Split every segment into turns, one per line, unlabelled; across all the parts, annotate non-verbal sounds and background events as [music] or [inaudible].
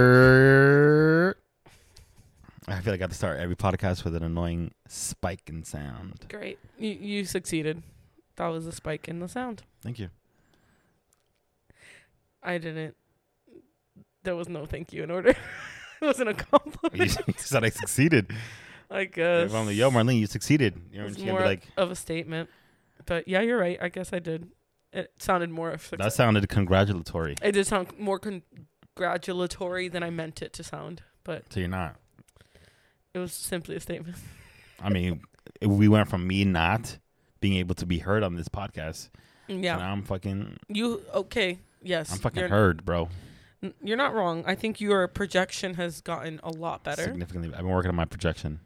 Yerk. I feel like I have to start every podcast with an annoying spike in sound.
Great. You you succeeded. That was a spike in the sound.
Thank you.
I didn't. There was no thank you in order. [laughs] it
[laughs]
wasn't
[laughs]
a
You
compliment.
said I succeeded.
I guess.
If I'm like, yo, Marlene, you succeeded. You know, and
It's
she's gonna
more
be like,
of a statement. But yeah, you're right. I guess I did. It sounded more of
that
success.
sounded congratulatory.
It did sound more congratulatory than I meant it to sound, but
So you're not.
it was simply a statement.
I mean, if we went from me not being able to be heard on this podcast.
Yeah.
And I'm fucking,
You okay? Yes.
I'm fucking
you're,
heard, bro.
n- You're not wrong. I think your projection has gotten a lot better.
Significantly. I've been working on my projection.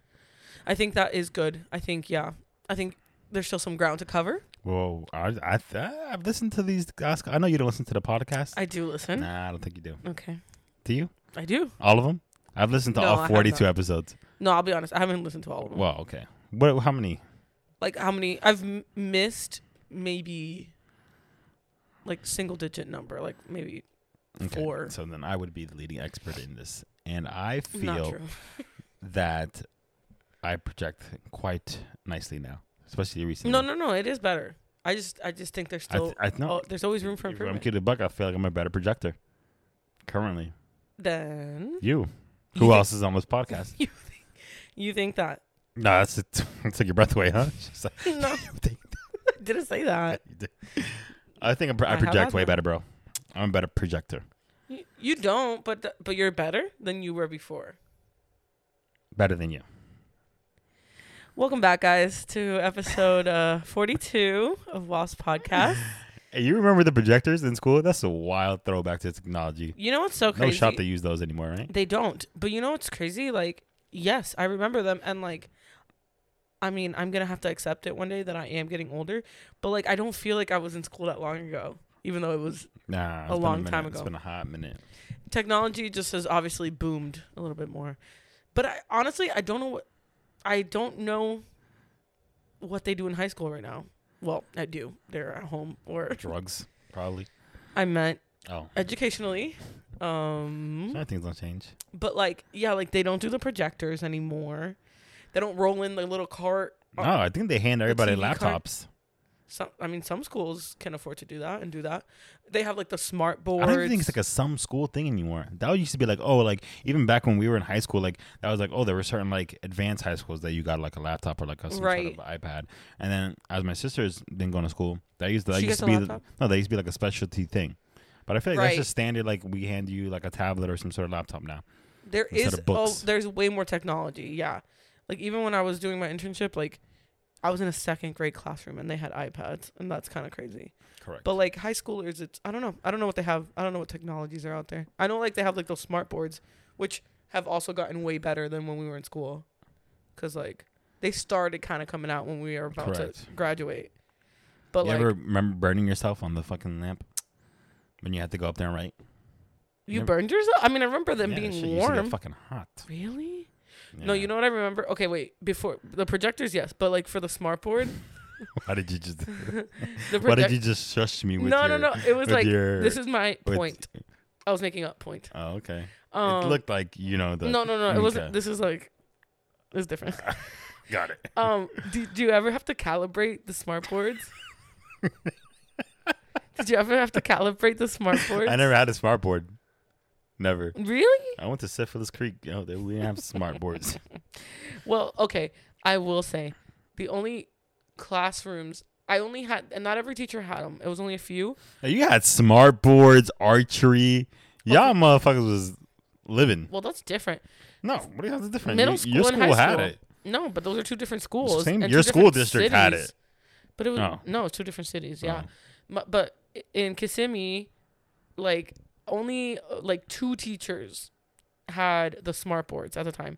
I think that is good. I think yeah. I think there's still some ground to cover.
Whoa, I, I th- I've listened to these. guys. I know you don't listen to the podcast.
I do listen.
nah, I don't think you do.
Okay.
Do you?
I do.
All of them? I've listened to
No, I
all
have
42
not.
episodes.
No, I'll be honest. I haven't listened to all of them.
Well, okay. What? How many?
Like how many? I've m- missed maybe like single digit number. Like maybe
Okay.
four.
So then I would be the leading expert in this, and I
Not
feel
true.
that I project quite nicely now, especially recently.
No, no, no. It is better. I just I just think there's
I
still
th- I no.
oh, there's always room for
if I'm
improvement.
kidding, buck. I feel like I'm a better projector currently.
Then
You.
You
Who
thi-
else is on this podcast? [laughs]
you think you think that?
no, that's it. [laughs] took your breath away, huh? She's like,
No,
[laughs] you
[laughs]
think
didn't say that.
you did. I think I, pro- I
I have
project way
asthma.
better, bro. I'm a better projector.
You, you don't, but th- but you're better than you were before.
Better than you.
Welcome back, guys, to episode uh, 42 of Wasp Podcast.
Hey, you remember the projectors in school? That's a wild throwback to technology.
You know what's so
No
crazy?
shot they use those anymore, right?
they don't. But you know what's crazy? Like, yes, I remember them, and like, I mean, I'm gonna have to accept it one day that I am getting older. But like, I don't feel like I was in school that long ago, even though it was
Nah, it's
A
been
long
minute.
time
It's
ago.
been a hot minute.
technology just has obviously boomed a little bit more. But I honestly I don't know what I don't know what they do in high school right now. Well, I do. They're at home or
Drugs, probably.
I meant
Oh,
educationally. Um
I think it's gonna change.
but like yeah, like they don't do the projectors anymore. They don't roll in the little cart.
No, I think they hand everybody
TV card?
laptops.
Some I mean some schools can afford to do that and do that. They have like the smart boards.
I don't even think it's like a some school thing anymore. That used to be like, oh, like even back when we were in high school, like that was like, oh, there were certain like advanced high schools that you got like a laptop or like a some
Right.
sort of iPad. And then as my sister's been going to school, that used to that
She
used
gets
to be
a laptop?
no, that used to be like a specialty thing. But I feel like that's
Right.
just standard. Like we hand you like a tablet or some sort of laptop now.
There
instead
is
of books.
oh, there's way more technology. Yeah, like even when I was doing my internship, like I was in a second grade classroom and they had iPads, and that's kind of crazy.
Correct.
But like high schoolers, it's I don't know. I don't know what they have. I don't know what technologies are out there. I know like they have like those smart boards, which have also gotten way better than when we were in school, because like they started kind of coming out when we were about to
Correct.
graduate. But
you
like
ever remember burning yourself on the fucking lamp when you had to go up there and write?
you
never-
burned yourself. I mean, I remember them
Yeah, that shit
being
used to get
warm.
Fucking hot.
Really? No,
Yeah.
you know what I remember? Okay, wait. Before the projectors, yes, but like for the
[laughs]
smart board,
[laughs] Why did you
[laughs]
just?
the
Why did
project-
you just shush me with
No,
your?
no, no. It was
with
like
your-
this is my
with-
point. I was making up point.
Oh, okay.
Um,
it looked like you know the.
no, no, no. It wasn't.
Okay.
This is like it's different.
Got it.
Um, do, do you ever have to calibrate the smart
[laughs]
boards? Did you ever have to calibrate the smart boards?
I never had a smart board. Never.
Really?
I went to Syphilis Creek. You know, they- we didn't have smart
[laughs]
boards.
Well, okay. I will say, the only classrooms I only had, and not every teacher had them. It was only a few.
Now, you had smart boards, archery. Y'all
Okay.
motherfuckers was living.
Well, that's different.
No, what do you have different?
Middle
You-
school
your
and
school
high
had
school.
it.
No, but those are two different schools.
same-
and
your
two
school
different
district had
cities.
it.
But it was
Oh.
no, it's two different cities. Yeah,
Oh.
M- but i- in Kissimmee, like only uh, like two teachers had the smart boards at the time,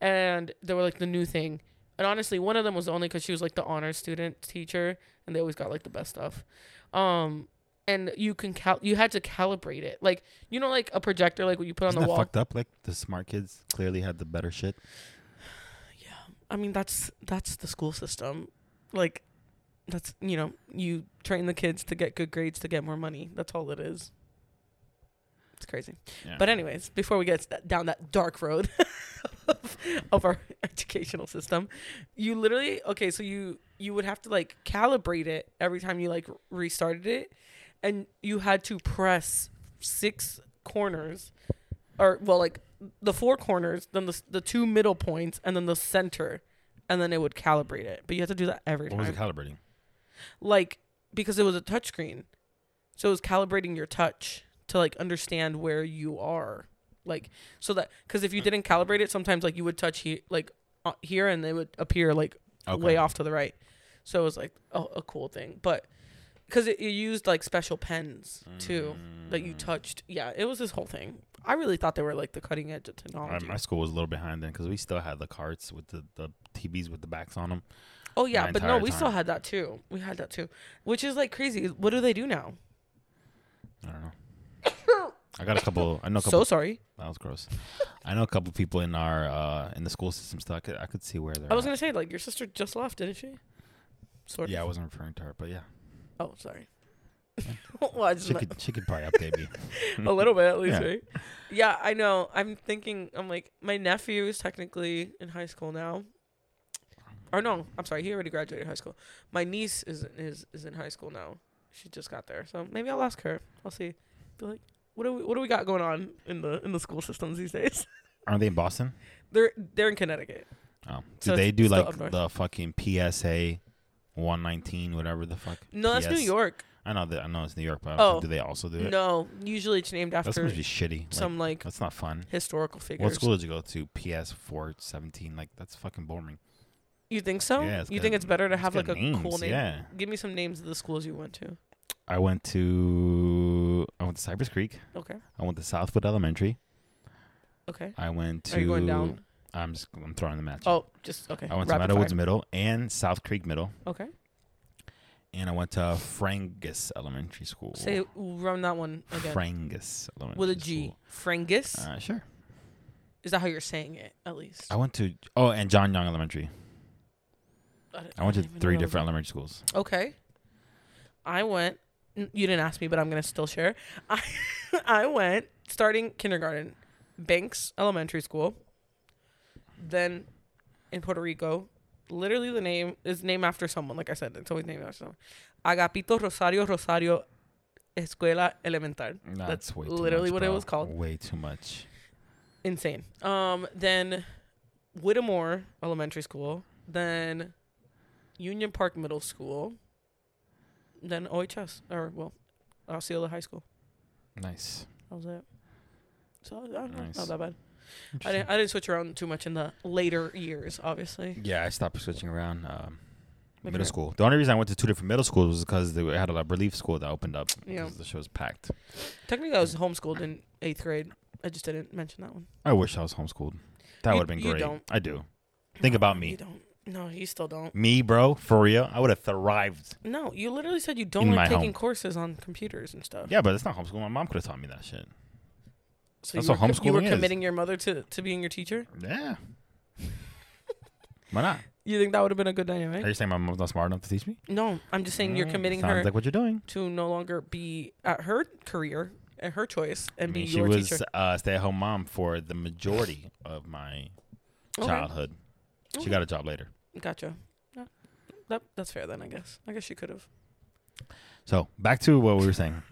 and they were like the new thing. And honestly, one of them was only because she was like the honors student teacher, and they always got like the best stuff. Um, and you can cal- you had to calibrate it, like you know, like a projector, like what you put on
Isn't
the
that
wall.
fucked up? Like the smart kids clearly had the better shit.
I mean, that's that's the school system. Like, that's you know, you train the kids to get good grades to get more money. That's all it is. It's crazy.
Yeah.
But anyways, before we get s- down that dark road [laughs] of, of our [laughs] educational system, you literally okay, so you you would have to like calibrate it every time you like restarted it and you had to press six corners or well like the four corners, then the s- the two middle points and then the center and then it would calibrate it. But you have to do that every
What was it
time.
calibrating?
like because it was a touchscreen. So it was calibrating your touch to like understand where you are. Like so that cuz if you didn't calibrate it sometimes like you would touch he- like uh, here and it would appear like way off to the right. So it was like a, a cool thing. But cuz it, it used like special pens too
Mm.
that you touched. Yeah, it was this whole thing. I really thought they were like the cutting edge of
Uh,
technology.
my school was a little behind then because we still had the carts with the, the TVs with the backs on them.
Oh yeah,
my
but no,
entire
we still
time.
had that too. We had that too, which is like crazy. What do they do now?
I don't know.
[coughs]
I got a couple. I know a couple.
So sorry.
that was gross. I know a couple people in our uh, in the school system still. I could, I could see where they're.
I was
at.
gonna say like your sister just left, didn't she? Sort
yeah, I
of.
wasn't referring to her, but yeah,
Oh, sorry. [laughs] well, I just
she
meant
could she could probably update me.
[laughs] a little bit at least,
Yeah.
right? Yeah, I know. I'm thinking. I'm like my nephew is technically in high school now. Or no, I'm sorry. He already graduated high school. My niece is is is in high school now. She just got there, so maybe I'll ask her. I'll see. Be like, what do we what do we got going on in the in the school systems these days? [laughs]
Aren't they in Boston?
they're they're in Connecticut.
Oh, do
So it's
they do
still up
like
north.
the fucking PSA 119, whatever the fuck?
No, that's New
PS?
York.
I know that. I know it's New York, but I don't think-
Oh.
do they also do it?
No, usually it's named
that's
after
supposed to be shitty. Like,
some like
that's not fun.
historical figures.
What school did you go to? PS four seventeen. Like that's fucking boring.
You think so?
Yeah, it's
Oh, you
got-
think it's better to have
got
like a cool
names,
name?
yeah.
Give me some names of the schools you went to.
I went to I went to Cypress Creek.
Okay.
I went to Southwood Elementary.
Okay.
I went to.
Are you going down?
I'm just I'm throwing the match.
Oh, just okay.
I went to
Rapid
Meadow Woods
fire.
Middle and South Creek Middle,
Okay.
and I went to Frangus Elementary School.
Say run that one again.
Frangus Elementary
With a G.
School.
Frangus?
Uh, sure.
Is that how you're saying it? At least.
I went to oh, and John Young Elementary.
don't-
I went to
don't even
three
know.
different elementary schools.
Okay. I went. n- You didn't ask me, but I'm gonna still share. [laughs] I I went starting kindergarten, Banks Elementary School. Then, in Puerto Rico, literally the name is named after someone. Like I said, it's always named after someone. Agapito Rosario Rosario Escuela Elemental.
Nah,
That's
it's way
literally
much,
what it
bro.
was called.
Way too much.
Insane. Um. Then, Whittemore Elementary School. Then, Union Park Middle School. Then OHS or well, Osceola High School.
Nice.
That was it. So I don't know,
Nice.
not that bad. I didn't, I didn't switch around too much in the later years, obviously.
Yeah, I stopped switching around. Um,
Maybe
middle
you're-
school. The only reason I went to two different middle schools was because they had a lot of relief school that opened up.
Yeah.
'cause The show was packed.
Technically, I was homeschooled in eighth grade. I just didn't mention that one.
I wish I was homeschooled. That
You-
would have been
you
great.
don't.
I do. Think about me.
You don't. No, you still don't.
Me, bro, for real, I would have thrived.
No, you literally said you don't
In
like
my
taking
home.
courses on computers and stuff.
Yeah, but it's not homeschooling. My mom could have taught me that shit.
So
that's
you
what
were, co- you were
homeschooling is.
committing your mother to, to being your teacher?
Yeah. Why not?
You think that would have been a good
Are
dynamic?
you saying my mom's not smart enough to teach me?
No, I'm just saying you're
Mm,
committing
Sounds
her
like what you're doing.
to no longer be at her career and her choice
I
and
mean,
be
she
your
was
teacher.
a stay-at-home mom for the majority of my
Okay.
childhood. She
Okay.
got a job later.
Gotcha. Yeah. That that's fair then, I guess. I guess she could have.
So back to what we were
[laughs]
saying.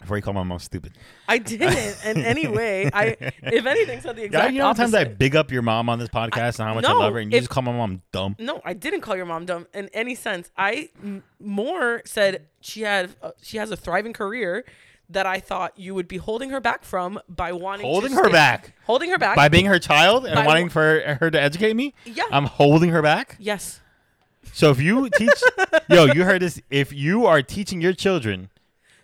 Before you call my mom stupid.
I didn't in any way. I if
[laughs]
anything said the
Yeah,
exact
you know how times I
opposite.
big up your mom on this podcast and how much I
no,
love her, and you
if-
just call my mom dumb.
no, I didn't call your mom dumb in any sense. I m- more said she had uh, she has a thriving career that I thought you would be holding her back from by wanting to
Holding her
stay-
back
holding her back
by being her child and
By
wanting
wa-
for her to educate me.
yeah
I'm holding her back.
yes
So if you
[laughs]
teach, yo, you heard this. If you are teaching your children,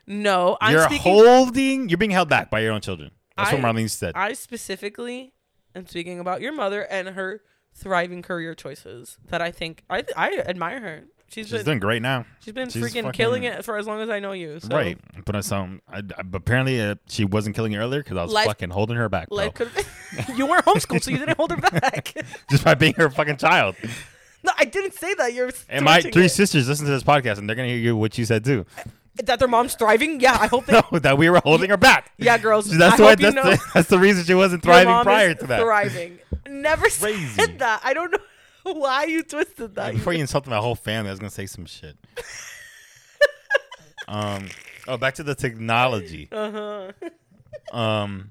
no I'm
you're
speaking
holding, you're being held back by your own children. That's what
I-
Marlene said.
I specifically am speaking about your mother and her thriving career choices that I think I I admire her. She's
She's
been
doing great now,
She's been
She's
freaking
fucking-
killing it for as long as I know you. So
right? But I some, I, I- but apparently uh, she wasn't killing you earlier because I was
Life-
fucking holding her back, bro,
Life could
Oh.
[laughs] you weren't homeschooled, so you didn't hold her back. [laughs]
just by being her fucking child.
no, I didn't say that. You're
And my
stretching
three
it.
sisters listen to this podcast, and they're gonna hear you what you said too.
that their mom's thriving. Yeah, I hope they.
[laughs] No, that we were holding her back.
Yeah, girls.
That's
I
why.
hope you
That's,
know
the, that's the reason she wasn't
your
[laughs] thriving
mom
prior
is
to that.
Thriving. Never
Crazy.
said that. I don't know [laughs] why you twisted that.
Uh, Before you insulted my whole family, I was gonna say some
[laughs]
shit. um. Oh, back to the technology.
Uh huh.
Um.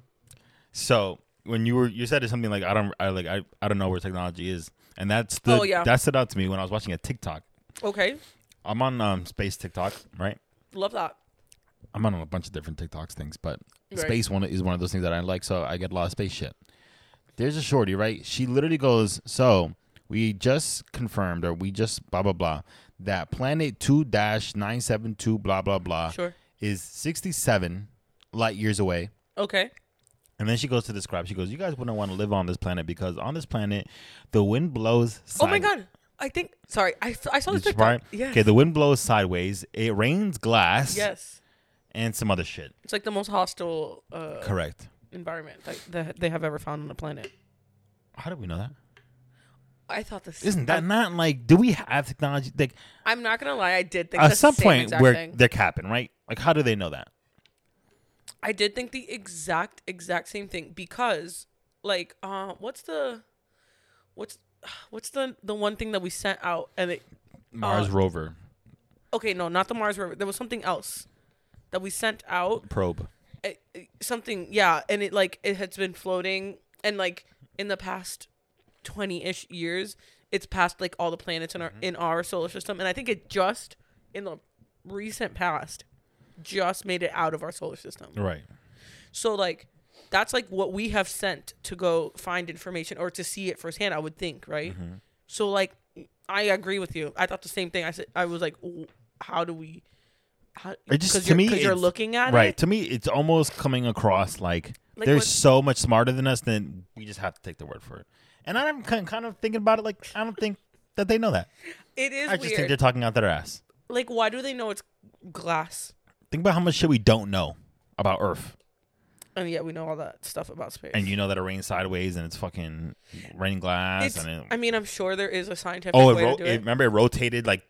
So when you were you said something like I don't I like I, I don't know where technology is, and that stood
Oh, yeah.
that stood out to me when I was watching a TikTok.
Okay,
I'm on um space TikTok, right?
love that.
I'm on a bunch of different TikToks things, but
Right.
space one is one of those things that I like, so I get a lot of space shit. There's a shorty, right? She literally goes, "So we just confirmed, or we just blah blah blah, that planet two dash nine seven two blah blah blah
Sure.
is sixty seven light years away."
Okay.
And then she goes to describe. She goes, "You guys wouldn't want to live on this planet because on this planet, the wind blows."
Oh my
side-
god. I think. Sorry, I, s- I saw this
This
TikTok.
part?
Yes.
Okay, the wind blows sideways. It rains glass
yes.
and some other shit.
It's like the most hostile uh,
Correct.
environment that, that they have ever found on the planet.
How do we know that?
I thought this
Isn't that
I'm,
not like? Do we have technology? Like
I'm not gonna lie. I did think the
at some
same
point,
exact
where
thing.
they're capping, right? Like, how do they know that?
I did think the exact exact same thing because like uh what's the what's what's the the one thing that we sent out and it Uh,
Mars rover
okay no not the Mars rover there was something else that we sent out
probe.
it, it- eh, something yeah and it like it has been floating and like in the past 20-ish years it's passed like all the planets in
Mm-hmm.
our in our solar system and I think it just in the recent past just made it out of our solar system
Right.
So like that's like what we have sent to go find information or to see it firsthand, I would think, right?
Mm-hmm.
So like I agree with you. I thought the same thing. I said I was like w- how do we how,
It just-
'cause
to
you're,
me,
'cause you're
it's-
looking at
Right.
it.
To me, it's almost coming across like,
Like
they're
what-
so much smarter than us. Then we just have to take the word for it. And I'm kin- kind of thinking about it. Like, I don't think that they know that.
It is
I just think
weird.
they're talking out their ass.
like why do they know it's glass?
Think about how much shit we don't know about Earth,
And yet we know all that stuff about space.
and you know that it rains sideways and it's fucking raining glass.
it's,
and it,
I mean, I'm sure there is a scientific
Oh, it,
way
ro-
to do
it-
it.
remember it rotated like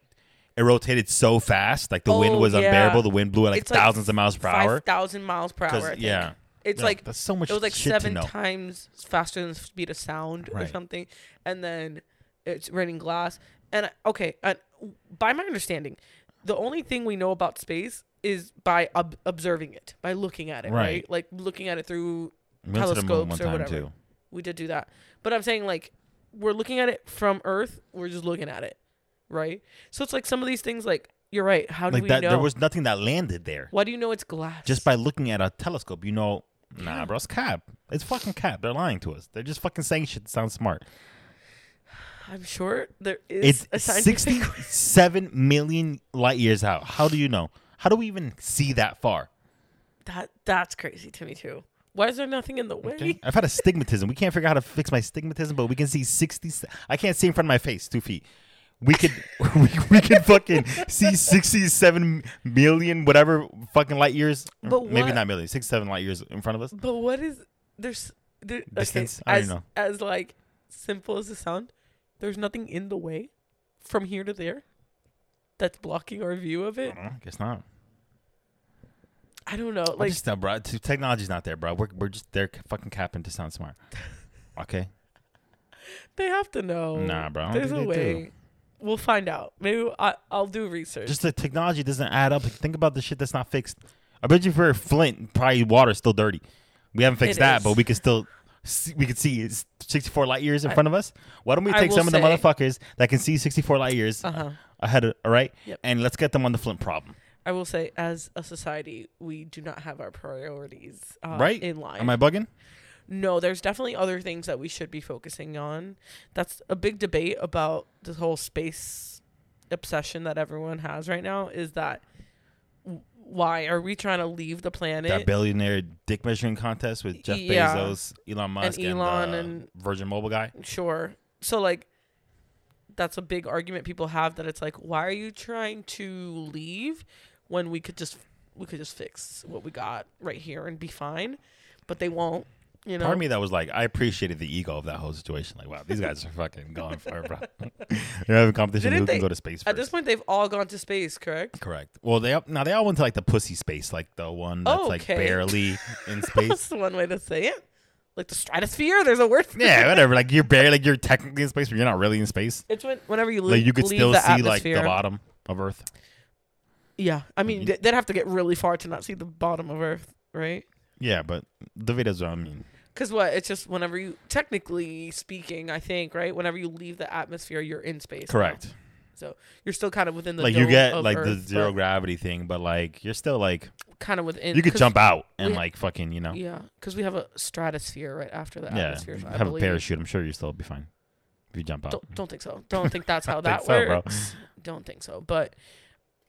it rotated so fast, like the wind
Oh,
was
yeah.
unbearable. The wind blew at like
It's, like,
thousands of miles per hour.
Five thousand miles per hour. I think.
yeah,
it's
Yeah,
like
that's so much.
it was like
shit
seven
to know.
times faster than the speed of sound or
Right.
something and then it's raining glass and okay and by my understanding the only thing we know about space is by ob- observing it by looking at it right.
Right.
like looking at it through
We went to the moon
telescopes
one
or
time,
whatever.
too.
we did do that but i'm saying like we're looking at it from earth we're just looking at it right so it's like some of these things like you're right how do
Like
we
that,
know
there was nothing that landed there.
why do you know it's glass
Just by looking at a telescope, you know, nah, bro, it's cap. It's fucking cap. They're lying to us. They're just fucking saying shit that sounds smart.
i'm sure there
It's
is a scientific
sixty-seven million light years out. How do you know? How do we even see that far?
[laughs] That that's crazy to me too. Why is there nothing in the way?
Okay. I've had astigmatism. We can't figure out how to fix my astigmatism, but we can see 60. I can't see in front of my face, two feet. We could, [laughs] we, we could fucking see 67 million, whatever fucking light years.
But
Maybe
what-
not million, 67 light years in front of us.
But what is there's there, okay,
Distance? I don't
as
know.
as like simple as it sound, there's nothing in the way from here to there that's blocking our view of
I
it.
don't know. I guess not.
I don't know.
I
Like
just, uh, bro, t- technology's not there, bro. We're, we're just, they're fucking capping to sound
[laughs]
smart. Okay?
they have to know.
Nah, bro, I don't
There's a
think they do.
way. We'll find out. Maybe I I'll do research.
Just the technology doesn't add up. Like, think about the shit that's not fixed. I bet you for Flint, probably water's still dirty. We haven't fixed
It
that,
is.
but we can still see, we can see it's 64 light years in
I-
front of us. Why don't we
I
take
will
some of the
say-
motherfuckers that can see 64 light years
Uh-huh.
ahead of all right,
Yep.
and let's get them on the Flint problem.
I will say, as a society, we do not have our priorities uh,
right?
in line.
Am I bugging?
no, there's definitely other things that we should be focusing on. That's a big debate about this whole space obsession that everyone has right now is that w- why are we trying to leave the
That
planet?
billionaire dick measuring contest with Jeff
Yeah.
Bezos, Elon Musk, and,
Elon
uh,
and-
Virgin Mobile guy.
sure. So like that's a big argument people have that it's like why are you trying to leave when we could just we could just fix what we got right here and be fine, but they won't
You know,
Part of me that was like, I appreciated the ego of that whole situation. Like, wow, these guys are fucking going for it, bro. [laughs] They're having a competition.
Didn't
Who can
they-
go to space first?
At this point, they've all gone to space, correct? [laughs]
Correct. Well, they all, now they all went to like the pussy space, like the one that's like
Okay.
barely
[laughs]
in
That's
space.
the one way to say it. Like the stratosphere, there's a word. For it.
yeah, whatever. Like you're barely, like you're technically in space, but you're not really in space.
It's when whenever you leave,
Like you could
leave
still
the
see like the Mm-hmm.
atmosphere.
bottom of Earth.
Yeah, I mean th- they'd have to get really far to not see the bottom of Earth, right?
Yeah, but the videos are. I mean,
Because what? It's just whenever you, technically speaking, I think, right? Whenever you leave the atmosphere, you're in space. now.
correct.
You're still kind of within the
Like you
dome
get
of
like the
Earth,
zero
but
gravity thing, but like you're still like
kind of within.
you could
'cause-
jump out and
we-
like fucking you know. Yeah,
Yeah, because we have a stratosphere right after the atmosphere. so I
have a
believe.
parachute. I'm sure you will still be fine if you jump out.
Don't, don't think so. Don't think that's how
I think
that
so, bro.
works. Don't think so. But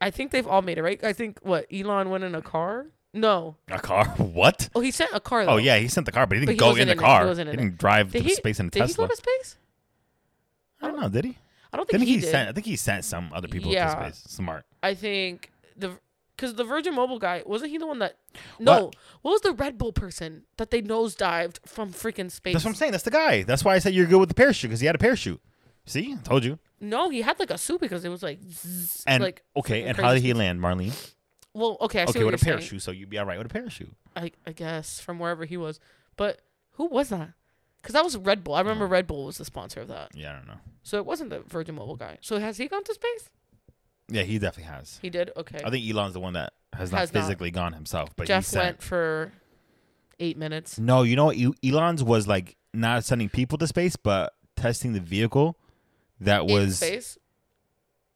I think they've all made it right. I think what Elon went in a car. No.
A car? [laughs] What?
Oh, he sent a car. Though.
Oh yeah, he sent the car, but he
But
didn't
he
go
wasn't
in the
in it. He
car.
wasn't in
didn't drive
Did
to
he-
space in a
Did
Tesla.
he go to space?
I don't know. Did he?
I don't think
Didn't
he,
he,
did.
send? I think he sent some other people
Yeah.
to space. Smart.
I think the because the Virgin Mobile guy wasn't he the one that no
What?
what, was the Red Bull person that they nosedived from freaking space?
That's what I'm saying. That's the guy. That's why I said you're good with the parachute because he had a parachute. See, I told you.
No, he had like a suit because it was like zzz,
And
like
okay,
some
and how did
crazy
he land, Marlene?
well okay I see
Okay,
what
with
you're
a parachute. So you'd be all right with a parachute.
saying I I guess from wherever he was but who was that? Because that was Red Bull. I
Mm.
remember Red Bull was the sponsor of that,
Yeah, I don't know.
so it wasn't the Virgin Mobile guy. So has he gone to space?
Yeah, he definitely has.
He did. Okay.
I think Elon's the one that has not
Has not.
physically gone himself, but he
Jeff
sent.
went for eight minutes.
No, you know what? E- Elon's was like not sending people to space, but testing the vehicle that
in
was
space,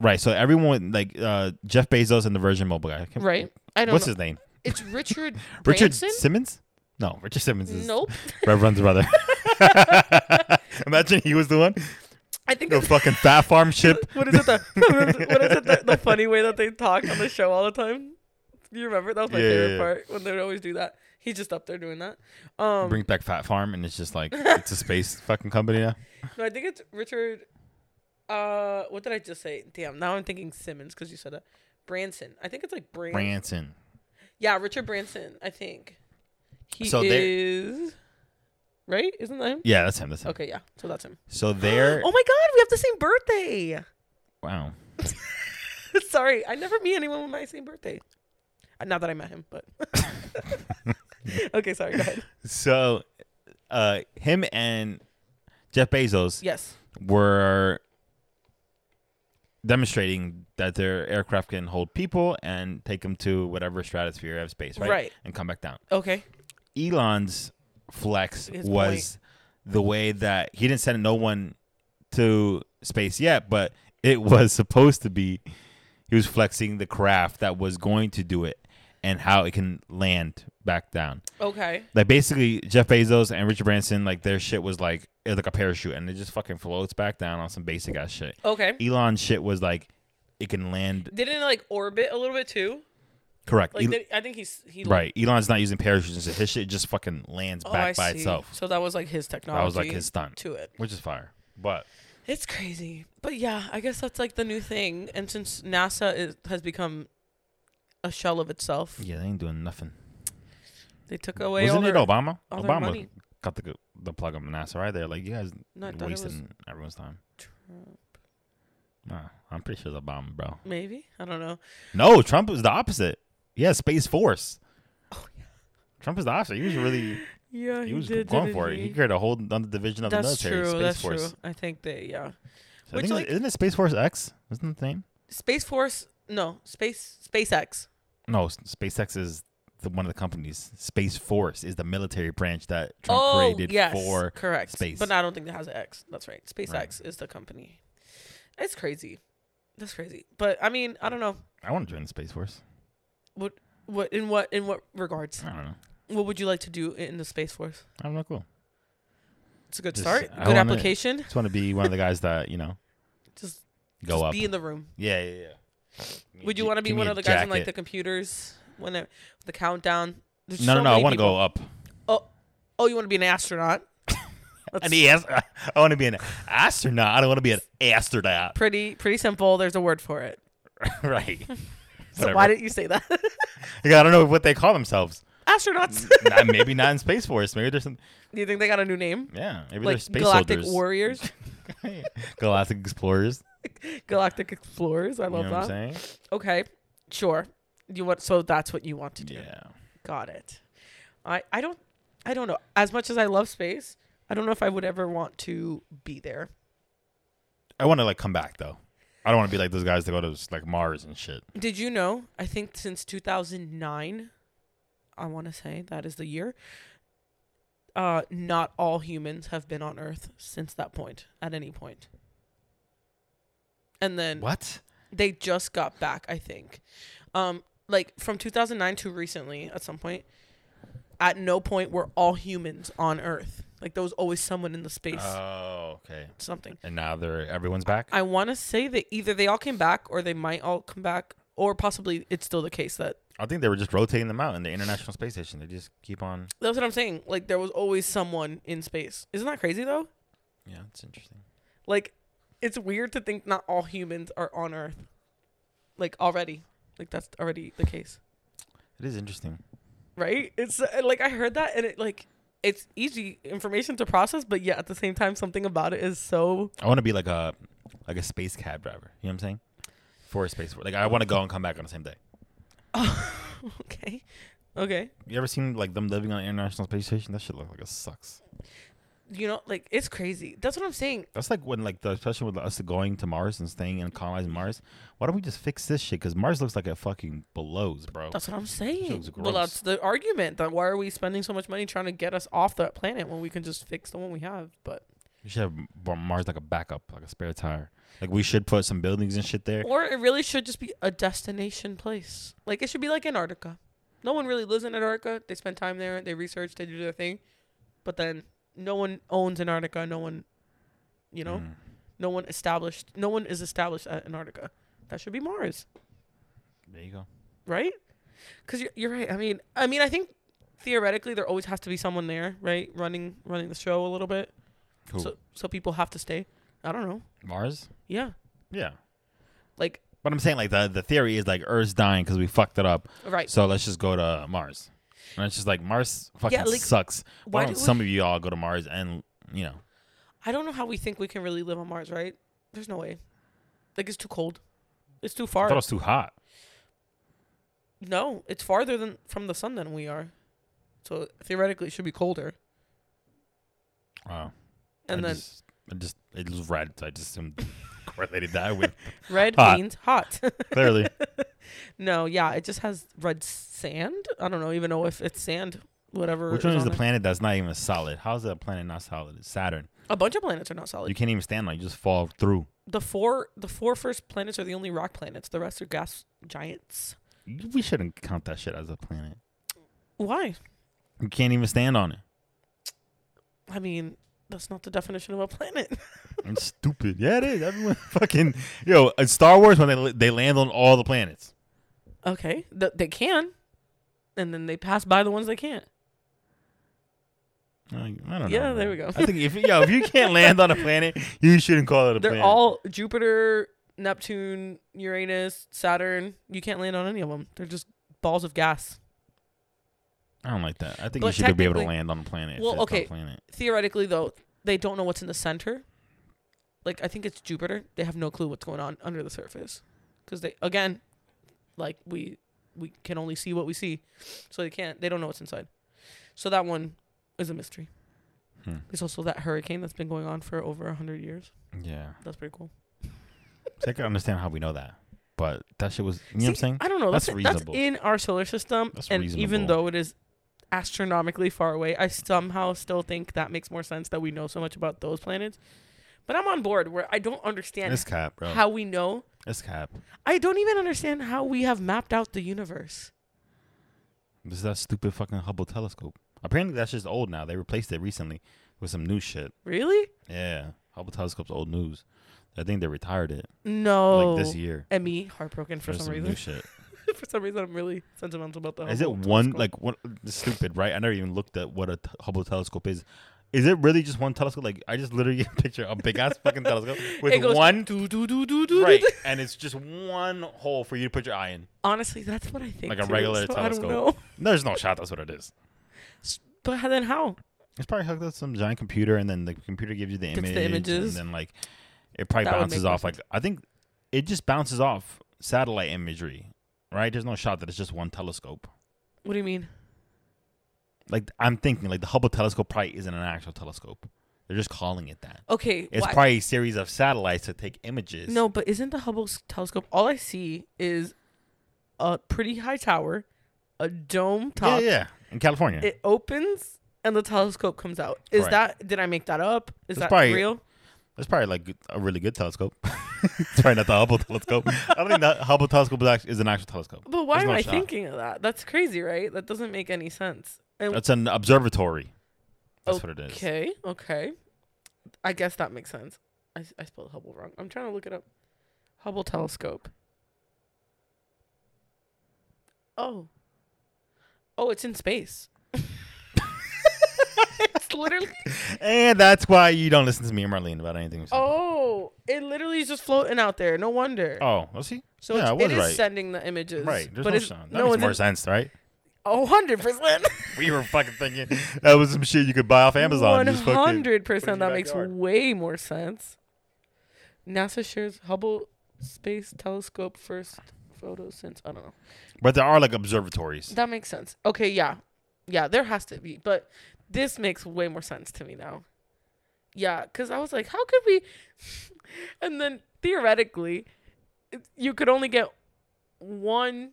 right. So everyone like uh, Jeff Bezos and the Virgin Mobile guy. I can't- [laughs]
right? I don't.
What's
know.
his name?
It's
[laughs]
Richard.
Richard
Branson?
Simmons? No, Richard Simmons is
Nope.
Reverend's brother. [laughs] Imagine he was the one. [laughs]
I think
The fucking fat farm ship.
what is
[laughs]
it the what is it the, the funny way that they talk on the show all the time? You remember that was my
Yeah, yeah,
favorite
yeah.
part when they would always do that. He's just up there doing that. Um,
Bring back Fat Farm, and it's just
[laughs]
like it's a space fucking company now.
no, I think it's Richard. Uh, what did I just say? Damn, now I'm thinking Simmons because you said that. Branson. I think it's like Branson.
Branson.
Yeah, Richard Branson. I think he
So they're-
is right. Isn't that him?
Yeah, that's him. That's him.
Okay, yeah. So that's him.
So there.
Oh my God, we have the same birthday.
Wow.
[laughs] Sorry, I never meet anyone with my same birthday. Uh, Not that I met him, but [laughs] okay. Sorry. Go ahead.
So, uh, him and Jeff Bezos
Yes.
were demonstrating that their aircraft can hold people and take them to whatever stratosphere of space, right?
Right.
And come back down.
Okay.
Elon's flex
His
was the way that he didn't send no one to space yet, but it [laughs] was supposed to be he was flexing the craft that was going to do it and how it can land back down.
Okay.
Like basically Jeff Bezos and Richard Branson, like their shit was like it was like a parachute and it just fucking floats back down on some basic ass shit.
Okay.
Elon's shit was like it can land
Didn't it like orbit a little bit too?
correct.
Like
El-
did- I think he's he like-
right. Elon's not using parachutes and shit. His shit just fucking lands
Oh, I
back by
see.
itself.
So that was like his technology.
That was like his stunt.
to it.
which is fire. But
It's crazy, but yeah, I guess that's like the new thing. And since NASA is, has become a shell of itself,
yeah, they ain't doing nothing.
they took away all
Wasn't
their,
it Obama?
all
Obama
their
money.
cut the the plug on NASA right there. Like you guys
No, I thought it was uh,
wasting everyone's time.
Trump.
Nah, I'm pretty sure it's Obama, bro.
Maybe I don't know.
No, Trump was the opposite. Yeah, Space Force.
Oh, yeah.
Trump is the opposite. He was really
[laughs] Yeah,
he, was going for it. He created a whole other division of
That's
the military,
true.
Space
that's
Force.
true. I think they yeah.
So I
Which,
think it's-
like-
isn't it Space Force X? Isn't that the name?
Space Force, no, Space SpaceX.
No, S- SpaceX is the one of the companies. Space Force is the military branch that Trump
oh,
created
yes,
for
correct.
space.
But I don't think that has an X. That's right. SpaceX is the company. It's crazy. That's crazy. But I mean, I don't know
I want to join the Space Force.
what in what in what regards.
I don't know.
What would you like to do in the Space Force?
I don't know. Cool.
It's a good
Just-
start.
I
good
wanna-
application.
Just want to be one of the guys that you
[laughs]
know
Just
go
just
up.
be in the room.
yeah, yeah, yeah.
Would you want to be one of the guys in like the computers when it, the countdown? There's
No,
so
no, no. I
many
want to
people.
go up.
Oh, you want to be
[laughs]
an astronaut? That's
And he asked, [laughs] I want to be an astronaut. I don't want to be an astronaut.
pretty pretty simple. There's a word for it.
[laughs] right.
So [laughs]
Whatever.
why did you say that? [laughs]
Like, I don't know what they call themselves.
astronauts.
Not, [laughs] maybe not in Space Force. Maybe there's some.
Do [laughs] you think they got a new name?
Yeah, maybe
like
there's space
Galactic
soldiers.
Warriors,
[laughs] Galactic explorers.
Galactic Explorers. I
You know
love
what I'm
that.
saying?
Okay, sure. You want so that's what you want to do.
Yeah.
Got it. I I don't I don't know. As much as I love space, I don't know if I would ever want to be there.
I want to like come back though. I don't want to be like those guys that go to like Mars and shit.
Did you know? I think since 2009, I want to say that is the year. Uh, not all humans have been on Earth since that point. At any point. And then
What?
they just got back i think um like from 2009 to recently at some point at no point were all humans on earth like there was always someone in the space
Oh, okay.
something
And now they're everyone's back.
i want to say that either they all came back or they might all come back or possibly it's still the case that
I think they were just rotating them out in the International Space Station. They just keep on.
that's what i'm saying like there was always someone in space isn't that crazy though
Yeah, it's interesting.
like it's weird to think not all humans are on earth like already like that's already the case
It is interesting.
right it's uh, like i heard that and it like it's easy information to process but yeah at the same time something about it is so [laughs]
I want to be like a like a space cab driver. You know what I'm saying? For a space, like I want to go and come back on the same day.
okay okay
You ever seen like them living on the International Space Station? That shit look like it sucks.
you know like it's crazy that's what i'm saying
That's like when like the especially with us going to Mars and staying and colonizing Mars. Why don't we just fix this shit? Because Mars looks like it fucking blows, bro.
that's what i'm
looks
saying well
gross.
that's the argument that why are we spending so much money trying to get us off that planet when we can just fix the one we have but
We should have Mar- Mars like a backup, like a spare tire. Like we should put some buildings and shit there.
or it really should just be a destination place like it should be like antarctica no one really lives in antarctica they spend time there they research they do their thing but then no one owns antarctica no one you know
Mm.
No one established. No one is established at Antarctica. That should be Mars,
There you go.
right? Because you're, you're right. I mean, I mean, I think theoretically there always has to be someone there, right? Running running the show a little bit,
Who?
so so people have to stay. I don't know.
Mars?
Yeah,
Yeah.
like
But I'm saying like the the theory is like Earth's dying because we fucked it up.
right.
So let's just go to Mars. And it's just like Mars fucking
Yeah, like,
sucks. Why,
why
don't
do we-
some of you all go to Mars and you know?
I don't know how we think we can really live on Mars, right? There's no way. Like it's too cold. It's too
I
far.
thought it was too hot.
no, it's farther than from the sun than we are. So theoretically, it should be colder.
Wow.
And
I
then
just, I just it was red. So I just assumed- [laughs] correlated that with
red
hot.
means hot. [laughs]
clearly.
No, yeah, it just has red sand. I don't know, even know if it's sand. Whatever.
Which one is
on
the
it.
planet that's not even solid? How's that planet not solid? It's Saturn.
A bunch of planets are not
You
solid.
can't even stand on. it. You just fall through.
The four, the four first planets are the only rock planets. The rest are gas giants.
We shouldn't count that shit as a planet.
Why?
You can't even stand on it.
I mean, that's not the definition of a planet.
It's stupid. Yeah, it is. Everyone [laughs] fucking yo. In Star Wars, when they they land on all the planets,
okay, Th- they can, and then they pass by the ones they can't.
I, I don't know.
Yeah, there we
man.
go.
I think if yo if you can't land on a planet, you shouldn't call it a
They're
planet.
all Jupiter, Neptune, Uranus, Saturn. You can't land on any of them. They're just balls of gas.
I don't like that. I think you
But
should be able to
technically-
land on a planet. if
Well,
it's not a
okay.
planet.
theoretically though they don't know what's in the center like i think it's jupiter they have no clue what's going on under the surface because they again like we we can only see what we see so they can't they don't know what's inside so that one is a mystery
Hmm.
there's also that hurricane that's been going on for over a 100 years
Yeah,
that's pretty cool
so I can understand how we know that, but that shit was. You know what I'm
See,
saying?
i don't know that's,
That's
that's
reasonable.
in our solar system
That's
and even
reasonable.
though it is astronomically far away i somehow still think that makes more sense that we know so much about those planets but i'm on board where i don't understand
It's cap, bro.
how we know.
it's cap.
I don't even understand how we have mapped out the universe.
This is that stupid fucking Hubble telescope. Apparently, that's just old now. They replaced it recently with some new shit.
Really?
Yeah, Hubble telescope's old news. I think they retired it
No.
like this year.
And me, heartbroken Oh, for
There's
some,
new
reason.
shit.
[laughs] for some reason, I'm really sentimental about the.
Is it
Hubble
one
telescope.
like what stupid right? I never even looked at what a t- Hubble telescope is. Is it really just one telescope? Like I just literally [laughs] picture a big ass fucking
[laughs]
telescope with
goes-
one
Do, do, do, do, do,
right,
do.
and it's just one hole for you to put your eye in,
Honestly, that's what I think.
like a
too,
regular
so
telescope.
I don't know.
There's no shot. That's what it is.
But how- then how?
It's probably hooked up to some giant computer, and then the computer gives you the
Gets
image,
the images.
and then like it probably
That would
bounces
make more
off. Like I think it just bounces off satellite imagery, right? There's no shot that it's just one telescope.
What do you mean?
Like I'm thinking, like the Hubble telescope probably isn't an actual telescope. They're just calling it that.
Okay,
It's
why-
probably a series of satellites that take images.
no, but isn't the Hubble s- telescope? All I see is a pretty high tower, a dome
yeah,
top.
yeah, in California.
It opens and the telescope comes out. Is
Correct.
that? Did I make that up? Is
It's
that
probably-
real?
That's probably like a really good telescope. [laughs] it's probably not the Hubble telescope. I don't think the Hubble telescope is act- is an actual telescope.
But why
There's
am
no
I
shot.
thinking of that? That's crazy, right? That doesn't make any sense. And
That's an observatory. That's what it is.
okay, okay. I guess that makes sense. I, s- I spelled Hubble wrong. I'm trying to look it up. Hubble telescope. Oh. Oh, it's in space. [laughs] it's literally.
And that's why you don't listen to me and Marlene about anything. we say.
Oh, it literally is just floating out there. No wonder.
Oh, let's see.
so
yeah, I
it's,
was
it is
right.
sending the images.
Right. There's
but
no
it's,
sound. That
no
makes
one's
more
in-
sense, right?
Oh, 100%.
[laughs] We were fucking thinking that was some shit you could buy off Amazon. Just fucking-
hundred
put it in
percent.
your
That makes
backyard.
way more sense. NASA shares Hubble Space Telescope first photo since I don't know.
But there are like observatories.
That makes sense. Okay, yeah, yeah. There has to be, but this makes way more sense to me now. Yeah, because I was like, how could we? [laughs] and then theoretically, it- you could only get one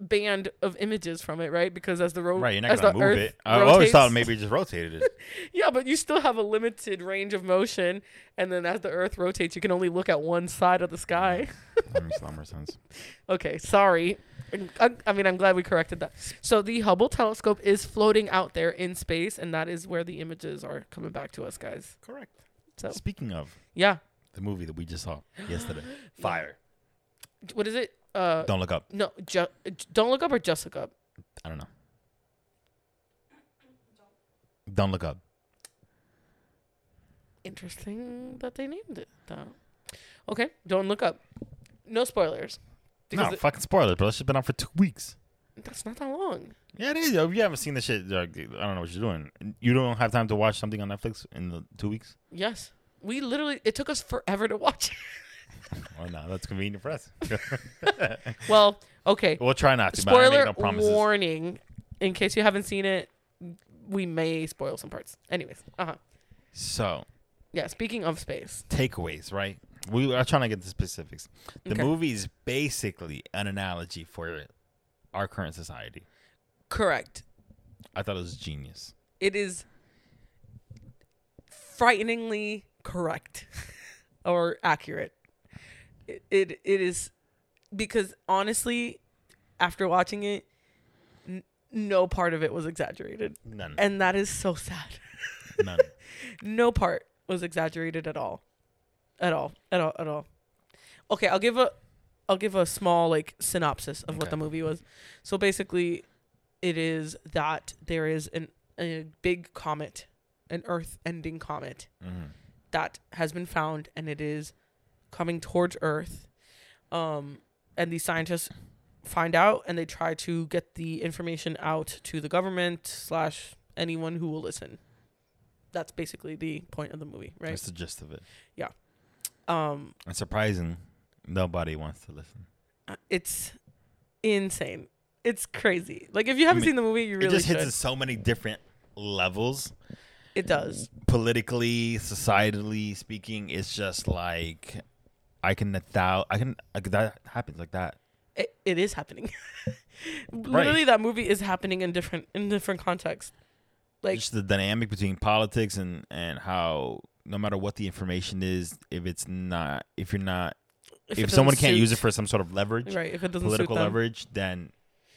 band of images from it, right? Because as the road,
Right, you're not
as
gonna
the
move
Earth
it. I always thought
rotates-
maybe it just rotated
[laughs]
it.
yeah, but you still have a limited range of motion, and then as the Earth rotates, you can only look at one side of the sky.
that makes a lot more sense.
Okay, sorry. I, I mean, I'm glad we corrected that. So the Hubble telescope is floating out there in space, and that is where the images are coming back to us, guys.
Correct.
So
Speaking of
yeah,
the movie that we just
[gasps]
saw yesterday, Fire.
what is it? Uh,
Don't look up.
no, ju- don't look up or just look up.
I don't know. Don't look up.
Interesting that they named it that. Okay, don't look up. No spoilers.
No
Because it-
fucking spoilers, bro. It's just been out for two weeks.
that's not that long.
Yeah, it is. If you haven't seen the shit, like, I don't know what you're doing. You don't have time to watch something on Netflix in the two weeks.
Yes, we literally. It took us forever to watch. it.
Oh no, that's convenient for us. [laughs]
Well, okay.
we'll try not to. but I make
Spoiler
no promises.
warning. In case you haven't seen it, we may spoil some parts. Anyways, uh huh.
So
Yeah. Speaking of space,
takeaways, right? We are trying to get the specifics. The
Okay.
movie is basically an analogy for our current society.
Correct.
I thought it was genius.
It is frighteningly correct [laughs] or accurate. It, it it is because honestly, after watching it, n- no part of it was exaggerated,
None.
and that is so sad.
None.
no part was exaggerated at all at all at all at all okay i'll give a i'll give a small like synopsis of what
Okay.
the movie was so basically it is that there is an a big comet an earth ending comet [laughs]
Mhm.
that has been found and it is coming towards earth um and these scientists find out and they try to get the information out to the government slash anyone who will listen that's basically the point of the movie right
That's the gist of it.
um
And surprising, nobody wants to listen.
uh, it's insane it's crazy like if you haven't
mean,
seen the movie you really
it just
should
hits at so many different levels.
it does
politically, societally speaking, it's just like I can thou I can like that happens like that.
it, it is happening [laughs] literally that movie is happening in different in different contexts like
just the dynamic between politics and and how no matter what the information is, if it's not if you're not if,
it
someone
doesn't
can't use it
suit-
for some sort of leverage,
right if it doesn't
political
suit them,
leverage, then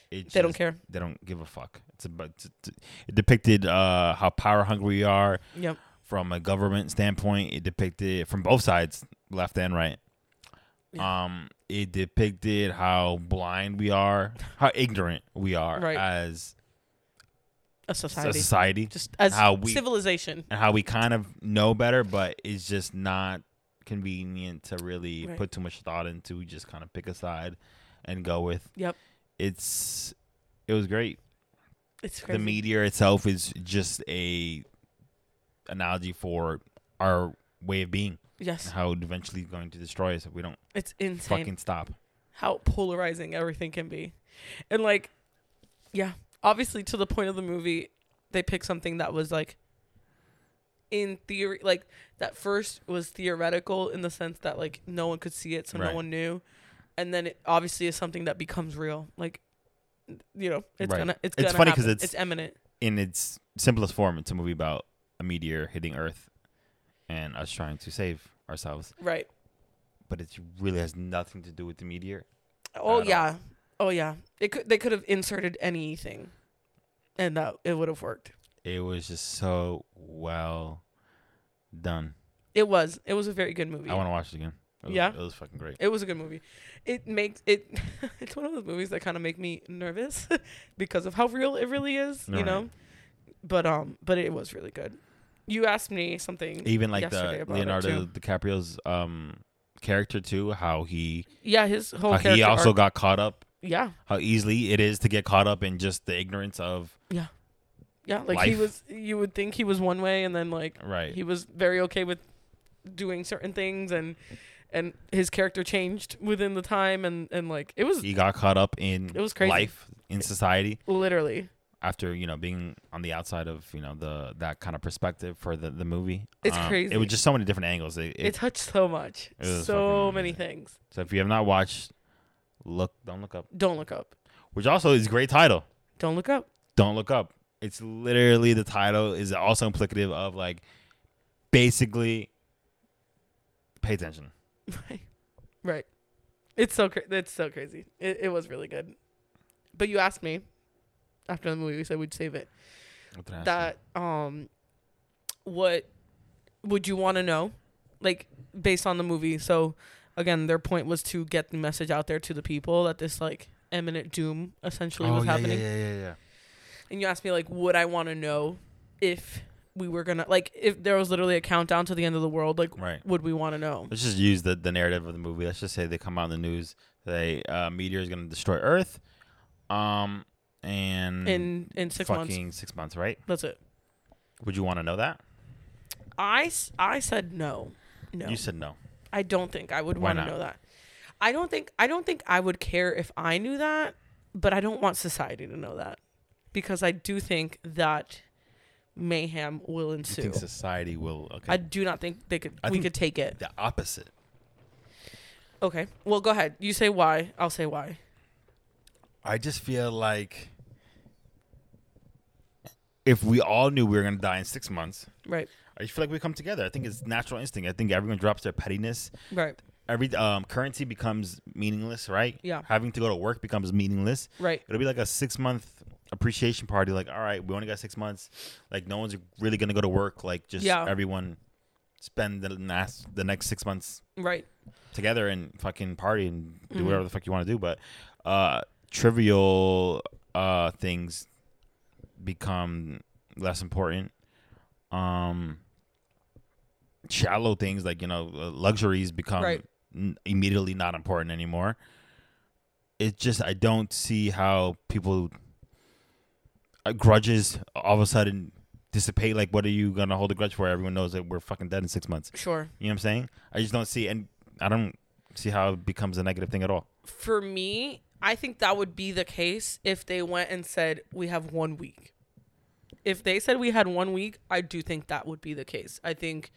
it
they don't
just-
care
They don't give a fuck. It's about t- t- it depicted uh, how power hungry we are
yep
from a government standpoint. It depicted from both sides, left and right. Um, it depicted how blind we are, how ignorant we are
Right.
as
a
society,
society, just as
how we-
civilization.
and how we kind of know better, but it's just not convenient to really
Right.
put too much thought into. We just kind of pick a side and go with.
Yep.
It's it was great.
It's crazy.
The meteor itself is just a analogy for our way of being, and
Yes,
how it eventually is going to destroy us if we don't
it's insane
fucking stop.
how polarizing everything can be, and like, yeah, obviously to the point of the movie, they picked something that was like, in theory, like that first was theoretical in the sense that like no one could see it, so no
Right.
one knew, and then it obviously is something that becomes real, like. You know, it's
Right.
gonna, it's
It's
gonna.
funny 'cause
happen.
it's-
it's eminent.
In its simplest form, it's a movie about a meteor hitting Earth and us trying to save ourselves,
Right.
but it really has nothing to do with the meteor.
Oh
at all.
yeah. Oh yeah. It could they could have inserted anything and that it would have worked.
It was just so well done.
It was. It was a very good movie.
I want to watch it again. It was,
Yeah?
it was fucking great.
it was a good movie. It makes it [laughs] it's one of those movies that kind of make me nervous [laughs] because of how real it really is, you
Right.
know. But um but it was really good. You asked me something.
Even like
yesterday
the
about it,
Leonardo
too.
DiCaprio's um character too, how he
yeah, his whole
how
character
Uh, he also
arc-
got caught up,
yeah.
how easily it is to get caught up in just the ignorance of
Yeah, like he
life.
was you would think he was one way and then like
right.
he was very okay with doing certain things and and his character changed within the time and and like it was
He got caught up in
It was crazy.
life in society
literally
after you know being on the outside of you know the that kind of perspective for the the movie. Um,
It's
It
crazy.
was just so many different angles. It-
it,
it-
touched so much
It was
so
fucking
many
amazing.
things
so if you have not watched, look don't look up.
don't look up
which also is a great title.
don't look up
Don't look up. It's literally the title is also implicative of like basically pay attention.
right it's so cra- it's so crazy it, it was really good but you asked me after the movie we said we'd save it
What did I ask
that um what would you want to know like based on the movie so again their point was to get the message out there to the people that this like imminent doom
you?
essentially
Oh,
was
yeah,
happening
yeah, yeah, yeah, yeah.
and you asked me like would i want to know if we were gonna like if there was literally a countdown to the end of the world like
Right.
would we want to know
Let's just use the, the narrative of the movie. Let's just say they come out in the news. They uh, meteor is going to destroy Earth. Um, and
in in six months
Mm-hmm. fucking six months, right?
that's it
Would you want to know that?
i s- i said no no
You said no.
i don't think i would
Why
want to
not?
know that i don't think i don't think i would care if i knew that but i don't want society to know that because i do think that mayhem will
You
ensue
think society will? Okay.
i do not think they could
I
we
think-
could take it
the opposite.
okay well go ahead you say why i'll say why
I just feel like if we all knew we were gonna die in six months,
right
I just feel like we come together. I think it's natural instinct. I think everyone drops their pettiness.
right
Every um, currency becomes meaningless, right?
Yeah.
Having to go to work becomes meaningless.
right
It'll be like a six month appreciation party. Like, all right, we only got six months. Like, no one's really gonna go to work. Like, just
Yeah.
everyone spend the last the next six months
right
together and fucking party and do whatever the fuck you want to do. But uh, trivial uh, things become less important. Um, shallow things like you know uh, luxuries become
Right.
n- immediately not important anymore. It's just I don't see how people uh, grudges all of a sudden dissipate. Like, what are you gonna hold a grudge for? Everyone knows that we're fucking dead in six months.
sure
You know what I'm saying? I just don't see, and I don't see how it becomes a negative thing at all.
for me, I think that would be the case if they went and said, we have one week. If they said we had one week, I do think that would be the case. I think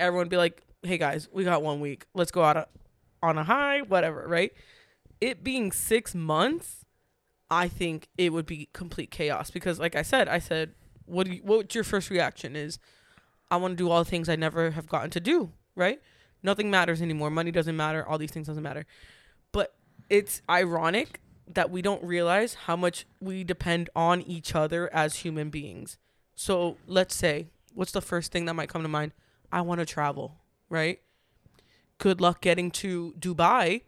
everyone would be like, hey guys, we got one week. Let's go out a- on a high, whatever, right? It being six months, I think it would be complete chaos because, like I said, I said, what, do you, what's your first reaction is, I want to do all the things I never have gotten to do, right? Nothing matters anymore. Money doesn't matter. All these things doesn't matter but it's ironic that we don't realize how much we depend on each other as human beings. So let's say, what's the first thing that might come to mind? I want to travel, right? Good luck getting to Dubai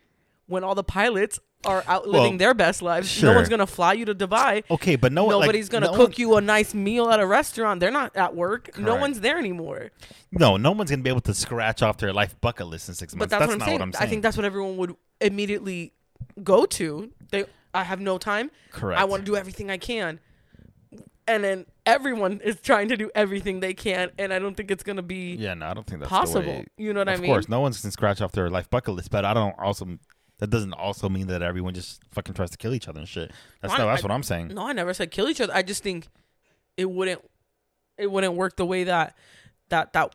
when all the pilots are out living
Well,
their best lives.
sure.
No one's gonna fly you to Dubai.
Okay, but no one like,
Nobody's gonna
no
cook
one-
you a nice meal at a restaurant. They're not at work. No
Correct.
one's there anymore.
No, no one's gonna be able to scratch off their life bucket list in six
But
months.
that's,
that's
what, I'm
not
saying.
what I'm
i
saying.
think that's what everyone would immediately go to. They, I have no time.
correct.
I want to do everything I can. And then everyone [laughs] is trying to do everything they can, and I don't think it's gonna be
Yeah, no, I don't think that's the
possible.
way-
You know what
of
I mean?
course, no one's gonna scratch off their life bucket list, but I don't also. That doesn't also mean that everyone just fucking tries to kill each other and shit. That's
Why-
no, that's
I-
what I'm saying.
No, I never said kill each other. I just think it wouldn't it wouldn't work the way that that that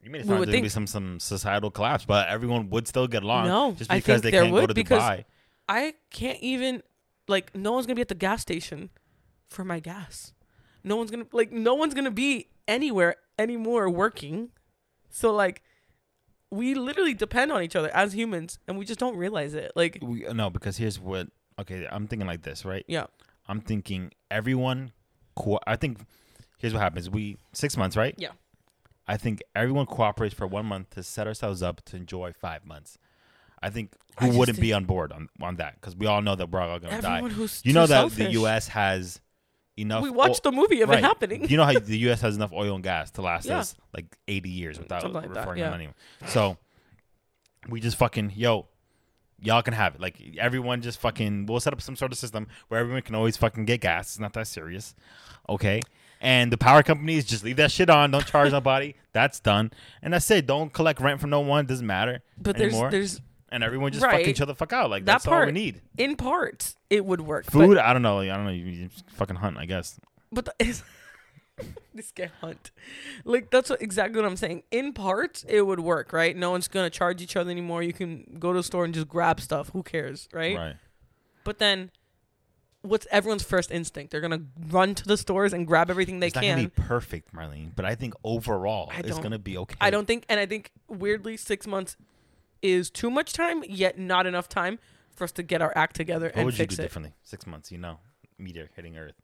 You made it
we
sound like
would
there's gonna be
think-
some some societal collapse, but everyone would still get along.
No,
just
I
because
think
they
there
can't go
would
to
because-
Dubai.
I can't even like no one's gonna be at the gas station for my gas. No one's gonna like no one's gonna be anywhere anymore working. So like we literally depend on each other as humans and we just don't realize it. Like
We, no, because here's what. Okay, I'm thinking like this, right?
yeah.
I'm thinking everyone. Co- I think here's what happens. We six months, right?
Yeah.
I think everyone cooperates for one month to set ourselves up to enjoy five months. I think
I
who
just
wouldn't be on board on, on that because we all know that we're all gonna
Everyone
die.
who's
You know
too
that the
selfish.
U.S. has enough.
We watched
oil-
the movie of
Right.
it happening.
You know how the U.S. has enough oil and gas to last
Yeah.
us like 80 years without
Something like that,
referring
yeah.
to anyone. So we just fucking yo, y'all can have it. Like everyone just fucking we'll set up some sort of system where everyone can always fucking get gas. It's not that serious, okay? And the power companies just leave that shit on. Don't charge nobody. [laughs] That's done. And that's it. Don't collect rent from no one. Doesn't matter.
But there's
anymore.
there's
and everyone just
right.
fuck each other the fuck out. Like
That
that's all we
part.
need.
in parts it would work. but-
Food. I don't know. I don't know. You, you just fucking hunt. I guess.
But the, [laughs] is this guy Hunt, like that's what, exactly what I'm saying. In parts, it would work, right? No one's gonna charge each other anymore. You can go to the store and just grab stuff. Who cares, right?
Right.
But then, what's everyone's first instinct? They're gonna run to the stores and grab everything they
it's not
can.
gonna be perfect, Marlene, but I think overall
I
it's
don't-
gonna be okay.
I don't think, and I think weirdly, six months is too much time, yet not enough time for us to get our act together
What
and
would you
fix
do
it.
differently? Six months, you know, meteor hitting Earth.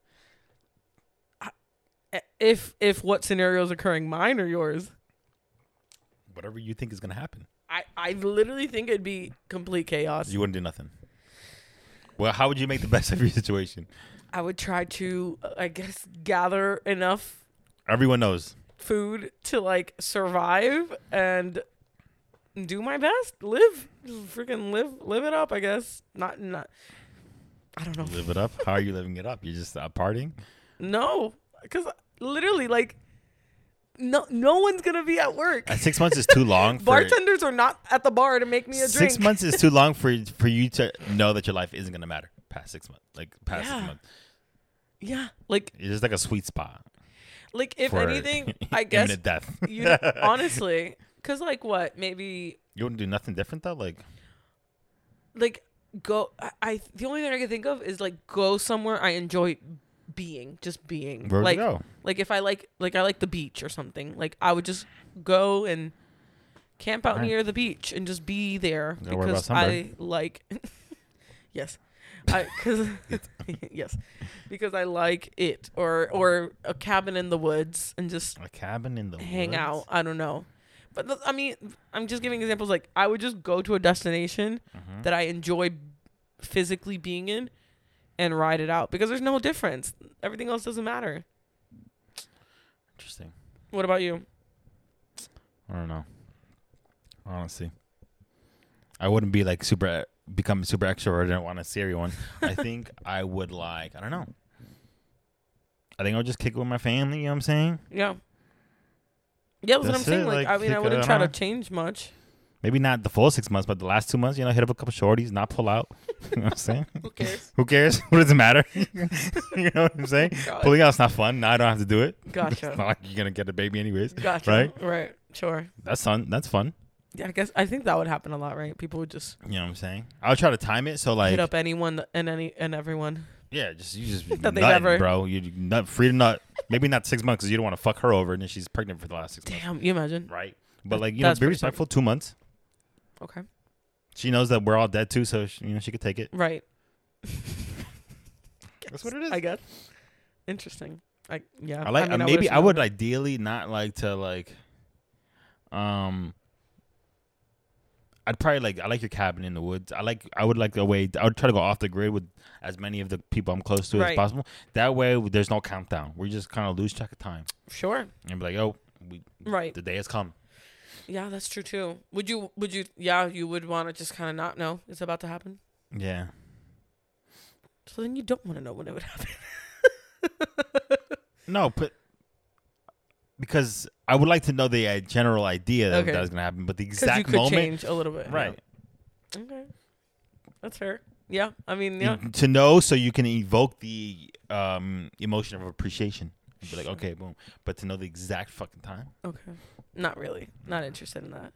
If if what scenario is occurring, mine or yours?
Whatever you think is gonna happen,
I I literally think it'd be complete chaos.
you wouldn't do nothing. Well, how would you make the [laughs] best of your situation?
I would try to, uh, I guess, gather enough
Everyone knows.
food to like survive and do my best, live, Just freaking live, live it up. I guess not, not. I don't know.
Live it up. How are you living it up? You're just out partying.
No, because literally, like, no, no one's gonna be at work.
Uh, six months is too
[laughs]
long. For,
Bartenders are not at the bar to make me a drink.
Six months is too long for for you to know that your life isn't gonna matter past six months. Like past
Yeah.
six months,
Yeah, like,
it's just like a sweet spot.
like if
for [laughs]
anything, I guess
imminent death.
you
[laughs]
honestly, because like what maybe
you wouldn't do nothing different though. Like
like go I, I the only thing I can think of is like go somewhere I enjoy being, just being.
where would
like
you go?
like if I like like I like the beach or something, like I would just go and camp out
Alright.
near the beach and just be there
Gotta worry about
because I like [laughs] yes. I cuz [laughs] yes. Because I like it or or a cabin in the woods and just
A cabin in the
hang
woods?
out. I don't know. But th- I mean, I'm just giving examples. Like, I would just go to a destination
Mhm.
that I enjoy physically being in and ride it out because there's no difference. Everything else doesn't matter.
Interesting.
What about you?
I don't know. Honestly, I wouldn't be like super become super extroverted and want to see everyone.
[laughs]
I think I would like I don't know. I think I'll just kick it with my family. You know what I'm saying?
Yeah. Yeah, that's, what I'm
That's
saying.
it,
Like,
like,
I mean, I
kick it
wouldn't try to
around.
change much.
Maybe not the full six months, but the last two months. You know, hit up a couple shorties, not pull out. [laughs] you know what I'm saying? [laughs]
Who cares?
Who cares? What does it matter? [laughs] you know what I'm saying?
God.
Pulling out's not fun. Now I don't have to do it. [laughs] It's
Gotcha.
not like you're gonna get a baby anyways.
Gotcha.
Right?
Right. Sure.
That's fun. That's fun.
Yeah, I guess I think that would happen a lot, right? People would just
You know what I'm saying? I'll try to time it so like
hit up anyone and any and everyone.
Yeah, just you
[laughs]
just
That they've
nutting,
ever-
bro. You nut, free to nut. Maybe not six months because you don't want to fuck her over, and then she's pregnant for the last six months,
Damn, you imagine?
right? But
That-
like you know,
that's
be
pretty sick.
respectful. Two months.
Okay.
She knows that we're all dead too, so she, you know she could take it.
Right. [laughs]
That's what it is.
I guess. Interesting. I yeah.
I like.
mean,
uh, maybe
would've
I would
known.
ideally not like to like. Um. I'd probably like I like your cabin in the woods. I like I would like a way I would try to go off the grid with as many of the people I'm close to as
Right.
possible. That way there's no countdown. We just kind of lose track of time
Sure.
and be like, oh, we
Right.
the day has come.
Yeah, that's true too. Would you? Would you? Yeah, you would want to just kind of not know it's about to happen.
Yeah,
So then you don't want to know when it would happen.
no, but because I would like to know the uh, general idea that
Okay.
that was gonna happen, but the
Because you
exact
could
moment,
change a little bit.
right?
Yeah. Okay. That's fair. Yeah. I mean, yeah.
to know so you can evoke the um, emotion of appreciation. Be like, okay, boom. But to know the exact fucking time,
Okay.
Hmm.
Not really. Not interested in that.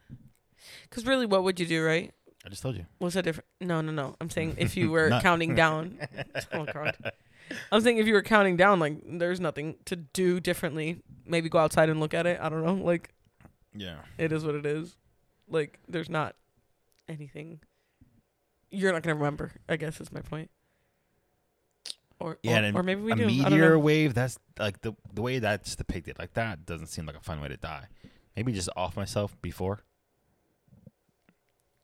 Because really, what would you do, right?
I just told you.
What's that different? No, no, no. I'm saying if you
[laughs]
were
Not-
counting down. [laughs] Oh God. I'm saying if you were counting down, like there's nothing to do differently. Maybe go outside and look at it. I don't know. Like
Yeah.
it is what it is. Like there's not anything. You're not gonna remember. I guess is my point. Or
Yeah,
or,
and
or maybe we
a
do. I don't
meteor
know.
wave. That's like the the way that's depicted. Like that doesn't seem like a fun way to die. Maybe just off myself before.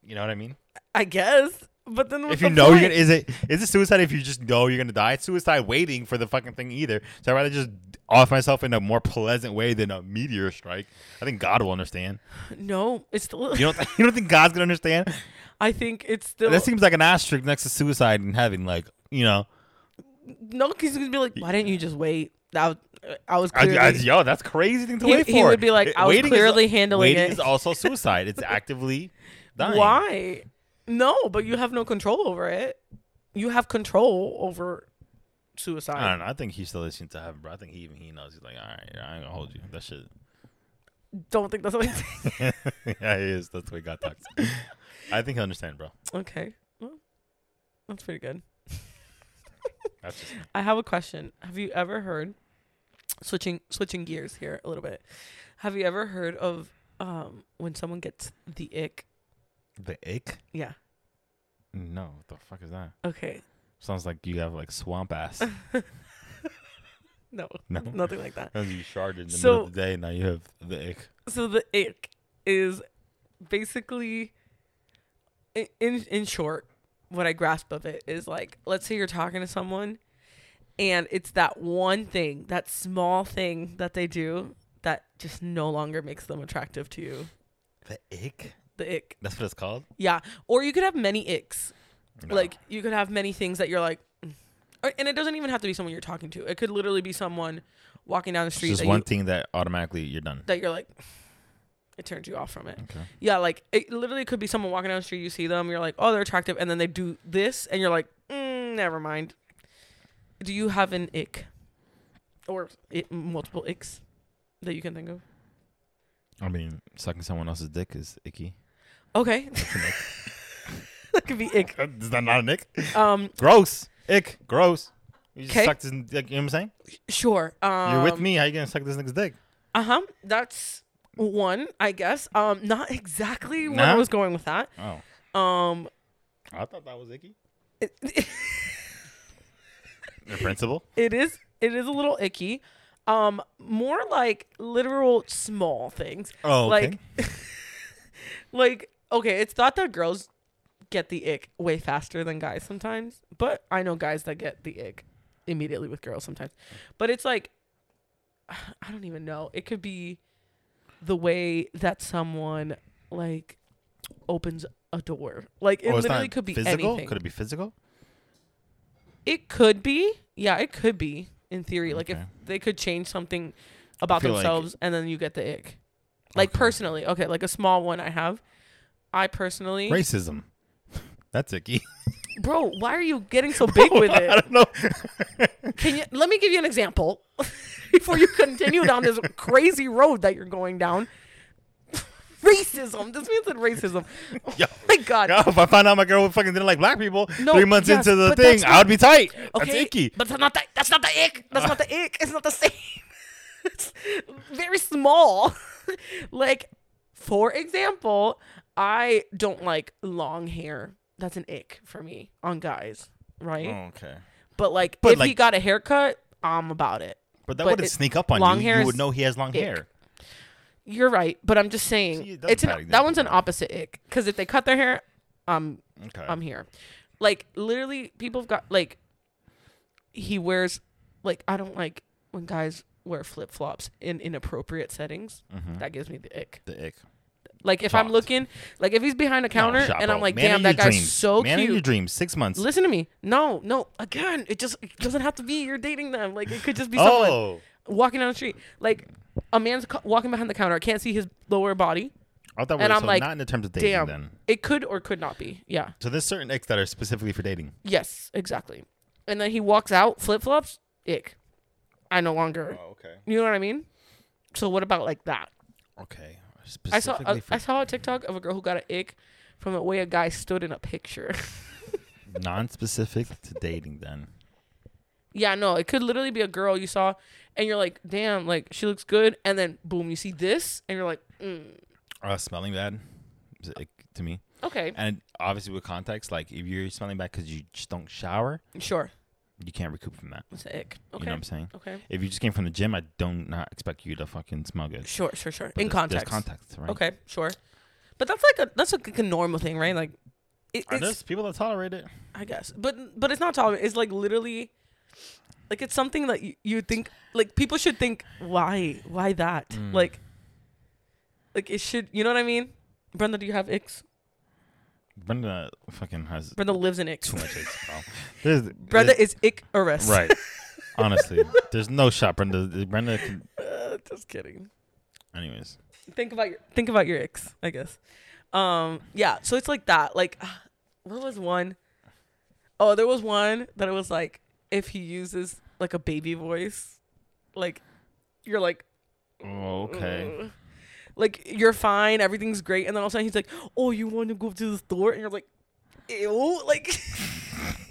You know what I mean?
I guess. But then what's [laughs]
if you
the
know you're
point?
gonna, is it is it suicide if you just know you're gonna die? It's suicide waiting for the fucking thing either. So I'd rather just off myself in a more pleasant way than a meteor strike. I think God will understand.
no, it's still.
You don't [laughs] you don't think God's gonna understand?
[laughs] I think it's still.
That seems like an asterisk next to suicide in heaven. Like you know,
No, because he's gonna be like, why didn't you just wait? I was, uh, I was
I,
clearly.
I- yo, that's crazy thing to
He-
wait for.
he would be like,
It-
I was
waiting
clearly
is,
handling
waiting
it.
is also suicide. It's actively dying.
[laughs] why? No, but you have no control over it. You have control over suicide.
I don't know. I think he still listens to heaven, bro. I think he even he knows. He's like, all right, I ain't gonna hold you. That shit. [laughs]
Don't think that's what he's [laughs]
yeah, he is. That's the way God talks. I think he'll understand, bro.
Okay. Well, that's pretty good.
[laughs] That's just
I have a question. Have you ever heard switching switching gears here a little bit? Have you ever heard of um when someone gets the ick?
the ick.
Yeah.
No, what the fuck is that?
Okay.
Sounds like you have like swamp ass.
[laughs] No.
No,
Nothing like that.
Sounds like you sharded in the middle
So-
of the day. Now you have the ick.
so the ick is basically i- in in short what i grasp of it is like let's say you're talking to someone and it's that one thing that small thing that they do that just no longer makes them attractive to you
The ick.
the ick
That's what it's called.
yeah or you could have many icks
No.
like you could have many things that you're like "Mm." Or- and it doesn't even have to be someone you're talking to it could literally be someone walking down the
It's
street
just
that,
one
you,
thing that automatically you're done.
that you're like [sighs] it turns you off from it
Okay.
Yeah, like it literally could be someone walking down the street. You see them, you're like, oh, they're attractive, and then they do this, and you're like, mm, never mind. Do you have an ick, or i multiple icks that you can think of?
I mean, sucking someone else's dick is icky.
Okay, [laughs] that could be ick.
Uh, is that not an ick?
Um,
Gross. Ick. Gross. You just
'Kay.
sucked his dick. You know what I'm saying?
sure. Um,
You're with me. How you gonna suck this nigga's dick?
Uh huh. That's one, I guess. Um, not exactly where I
No?
was going with that.
Oh,
Um,
I thought that was icky.
it-
In principle.
it is it is a little icky. Um, more like literal small things.
Oh,
[laughs] like like okay it's thought that girls get the ick way faster than guys sometimes but i know guys that get the ick immediately with girls sometimes but it's like [sighs] i don't even know it could be the way that someone like opens a door like it literally could be
Oh, physical.
anything
Could it be physical?
it could be yeah it could be in theory like if
Okay.
they could change something about
feel like-
themselves and then you get the ick like
Okay.
personally okay like a small one i have i personally
Racism. [laughs] That's icky.
bro why are you getting
[laughs]
so big with
I
it
don't
[laughs]
know.
can you let me give you an example [laughs] before you continue
[laughs]
down this crazy road that you're going down [laughs] racism this means that racism oh
Yo.
my
[laughs]
god
God, if I found out my girl fucking didn't like black people
No,
three months
yes,
into the
but
thing,
that's not-
I would be tight. That's
okay
icky.
but that's not the, that's not the ick that's not the
[laughs]
ick it's not the same [laughs] it's very small [laughs] like for example i don't like long hair that's an ick for me on guys right
Oh, Okay.
But like,
Mm. But,
if
like-
he got a haircut, I'm about it.
But that
But
wouldn't
it-
sneak up on
long
you.
hair
You
is
would know he has long
ick.
hair.
You're right, but I'm just
See,
saying
it does
it's
panic
an,
me
that
out.
one's an opposite ick. Because if they cut their hair, um,
Okay.
I'm here. Like literally, people have got like. He wears, like I don't like when guys wear flip flops in inappropriate settings.
Mhm.
That gives me the ick.
the ick.
Like if I'm
Shocked.
looking, like if he's behind a counter
No, shop,
and I'm
bro.
like,
Man
damn,
of
that
your
guy's
dreams.
so
Man of your
cute.
dreams. Six months.
Listen to me. No, no. Again, it just it doesn't have to be you're dating them. Like it could just be someone
oh.
walking down the street. Like a man's co- walking behind the counter. I can't see his lower body.
I thought we
And
were
I'm
so
like,
not in the terms of dating
Damn.
then.
It could or could not be. Yeah.
So there's certain icks that are specifically
[laughs]
for dating.
Yes, exactly. And then he walks out, flip flops, ick. I no longer.
Oh, okay.
You know what I mean? So what about like that?
Okay.
I saw
Specifically
I,
for
I saw a TikTok of a girl who got an ick from the way a guy stood in a picture. [laughs]
non-specific to dating then.
yeah, no, it could literally be a girl you saw, and you're like, damn, like she looks good, and then boom, you see this, and you're like, mm,
Uh, smelling bad is an ick to me.
okay,
And obviously with context, like if you're smelling bad because you just don't shower,
sure,
you can't recoup from that.
it's an ick.
You
Okay,
know what I'm saying?
okay,
If you just came from the gym, I do not expect you to fucking smell good.
sure, sure, sure.
But
In
there's- there's
context,
context, right?
Okay, sure. But that's like a that's like a normal thing, right? Like, it,
And
it's
there's people that tolerate it.
I guess, but but it's not tolerant. It's like literally, like it's something that you, you think like people should think why why that
Mm.
like like it should you know what I mean? Brenda, do you have icks?
Brenda fucking has
Brenda lives in icks.
too much icks,
[laughs]
bro. There's,
Brenda
there's-
is ick arrest. [laughs]
right. Honestly, there's no shot, Brenda. Brenda. Can,
Uh, just kidding.
anyways,
Think about your think about your icks. I guess. Um. Yeah. So it's like that. Like, ah, what was one? Oh, there was one that it was like if he uses like a baby voice, like you're like
oh, okay.
"Ugh." Like you're fine, everything's great, and then all of a sudden he's like, "Oh, you want to go to the store?" And you're like, "Ew!" [laughs] Like,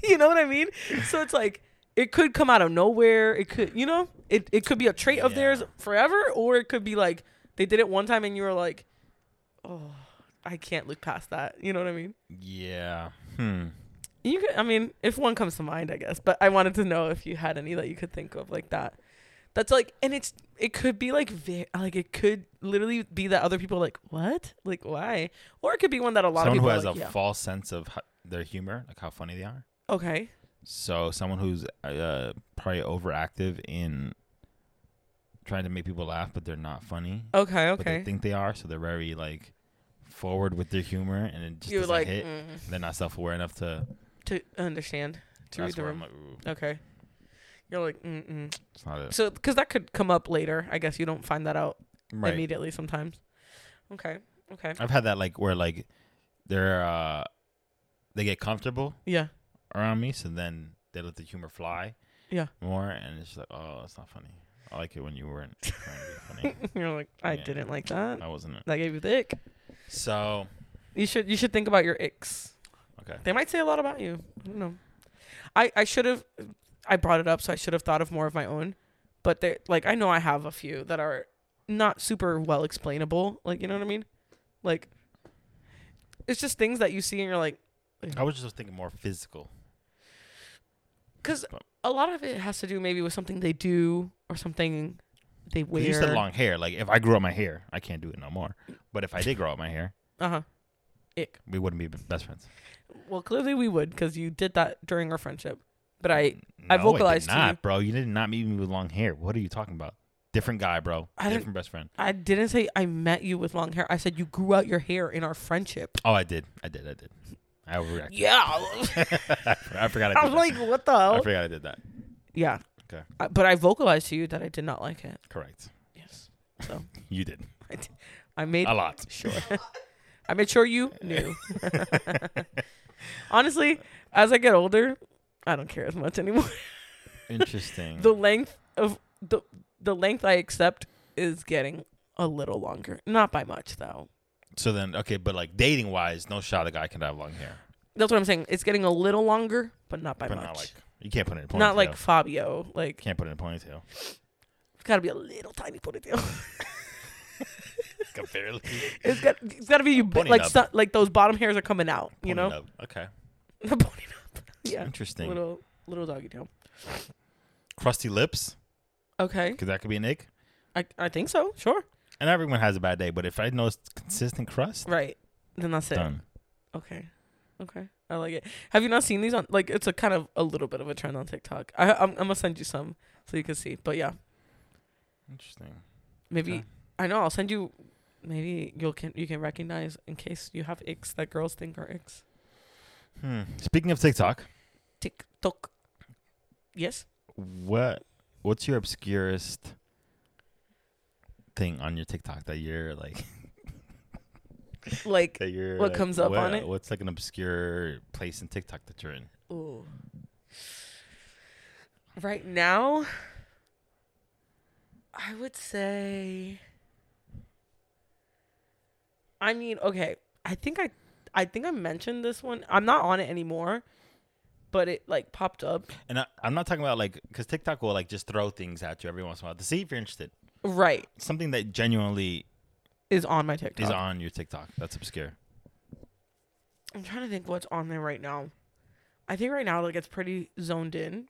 you know what I mean? So it's like it could come out of nowhere. It could, you know, it it could be a trait of theirs
Yeah.
forever, or it could be like they did it one time and you were like, "Oh, I can't look past that." You know what I mean?
Yeah. Hmm.
You could, I mean, if one comes to mind, I guess. But I wanted to know if you had any that you could think of like that. That's like, and it's it could be like ve- like it could literally be that other people are like what like why, or it could be one that a lot
Someone
of
who
people
has
are like,
a
yeah.
false sense of ho- their humor, like how funny they are.
okay,
So someone who's uh, probably overactive in trying to make people laugh, but they're not funny.
okay,
But they
okay.
think they are, so they're very like forward with their humor, and it just
You're
doesn't
like
hit.
mm,
They're not self-aware enough to.
to understand to read
That's
the
where I'm
room.
like, ooh,
Okay, you're like mm mm.
it's not it.
So because that could come up later, I guess you don't find that out
Right. Uh,
immediately sometimes. Okay, okay,
I've had that like where like they're uh they get comfortable
yeah, [laughs]
around me, so then they let the humor fly.
Yeah.
More, and it's just like, oh, it's not funny. I like it when you weren't trying to
[laughs]
be funny.
you're like I
Yeah. Uh,
didn't like that.
That wasn't it.
That gave you the ick.
So
You should you should think about your icks.
okay,
They might say a lot about you. I don't know. I I should have I brought it up, so I should have thought of more of my own. But they like I know I have a few that are not super well explainable. Like you know what I mean? Like it's just things that you see and you're like,
I was just thinking more physical.
because a lot of it has to do maybe with something they do or something they
'Cause
wear.
You said long hair. Like if I grew up my hair, I can't do it no more. But if I did grow up my hair,
uh huh.
we wouldn't be best friends.
Well, clearly we would because you did that during our friendship. But I
No,
I vocalized
I
to
did not,
you.
bro. You did not meet me with long hair. What are you talking about? Different guy, bro.
I didn't-
Different best friend.
I didn't say I met you with long hair. I said you grew out your hair in our friendship.
Oh, I did. I did. I did. I overreacted.
[laughs]
[laughs]
Yeah.
I forgot. I,
I
did
was
that.
like, what the hell?
I forgot I did that.
Yeah.
Okay.
I, but I vocalized to you that I did not like it.
Correct.
Yes. So
You did
I made
a lot.
[laughs] sure. I made sure you knew. [laughs] Honestly, as I get older, I don't care as much anymore.
Mm. Interesting.
The length of the the length I accept is getting a little longer. Not by much though.
so then, okay, but like dating wise, no shot a guy can have long hair,
That's what I'm saying. It's getting a little longer, but not by
but
much.
not like you can't put it in a ponytail.
not like Fabio. Like
can't put it in a ponytail.
it's gotta be a little tiny
[laughs]
ponytail.
Can barely.
it's got it's gotta be
Pony
like
nub.
so, like those bottom hairs are coming out,
Pony
you know?
nub. Okay.
[laughs] A pony nub. Yeah.
Interesting.
Little little doggy tail.
Crusty lips,
Okay.
because that could be an ick.
I, I think so. Sure.
And everyone has a bad day, but if I know it's consistent crust,
Right. Then that's it.
done.
Okay. Okay. I like it. Have you not seen these on like it's a kind of a little bit of a trend on TikTok. I I'm, I'm gonna send you some so you can see. But yeah,
Interesting.
maybe
Okay.
I know I'll send you. Maybe you'll can you can recognize in case you have icks that girls think are icks.
Hmm. Speaking of TikTok,
TikTok.
[laughs]
Yes.
what what's your obscurest thing on your TikTok that you're like [laughs]
Like.
that you're
What
like,
comes up on
what-
it?
What's like an obscure place in TikTok that you're in?
Ooh. Right now, I would say. I mean, okay. I think I, I think I mentioned this one. I'm not on it anymore, but it like popped up.
And I, I'm not talking about like because TikTok will like just throw things at you every once in a while to see if you're interested.
Right
Something that genuinely
is on my
is
TikTok.
on your TikTok that's obscure.
I'm trying to think what's on there right now. I think right now like it's pretty zoned in,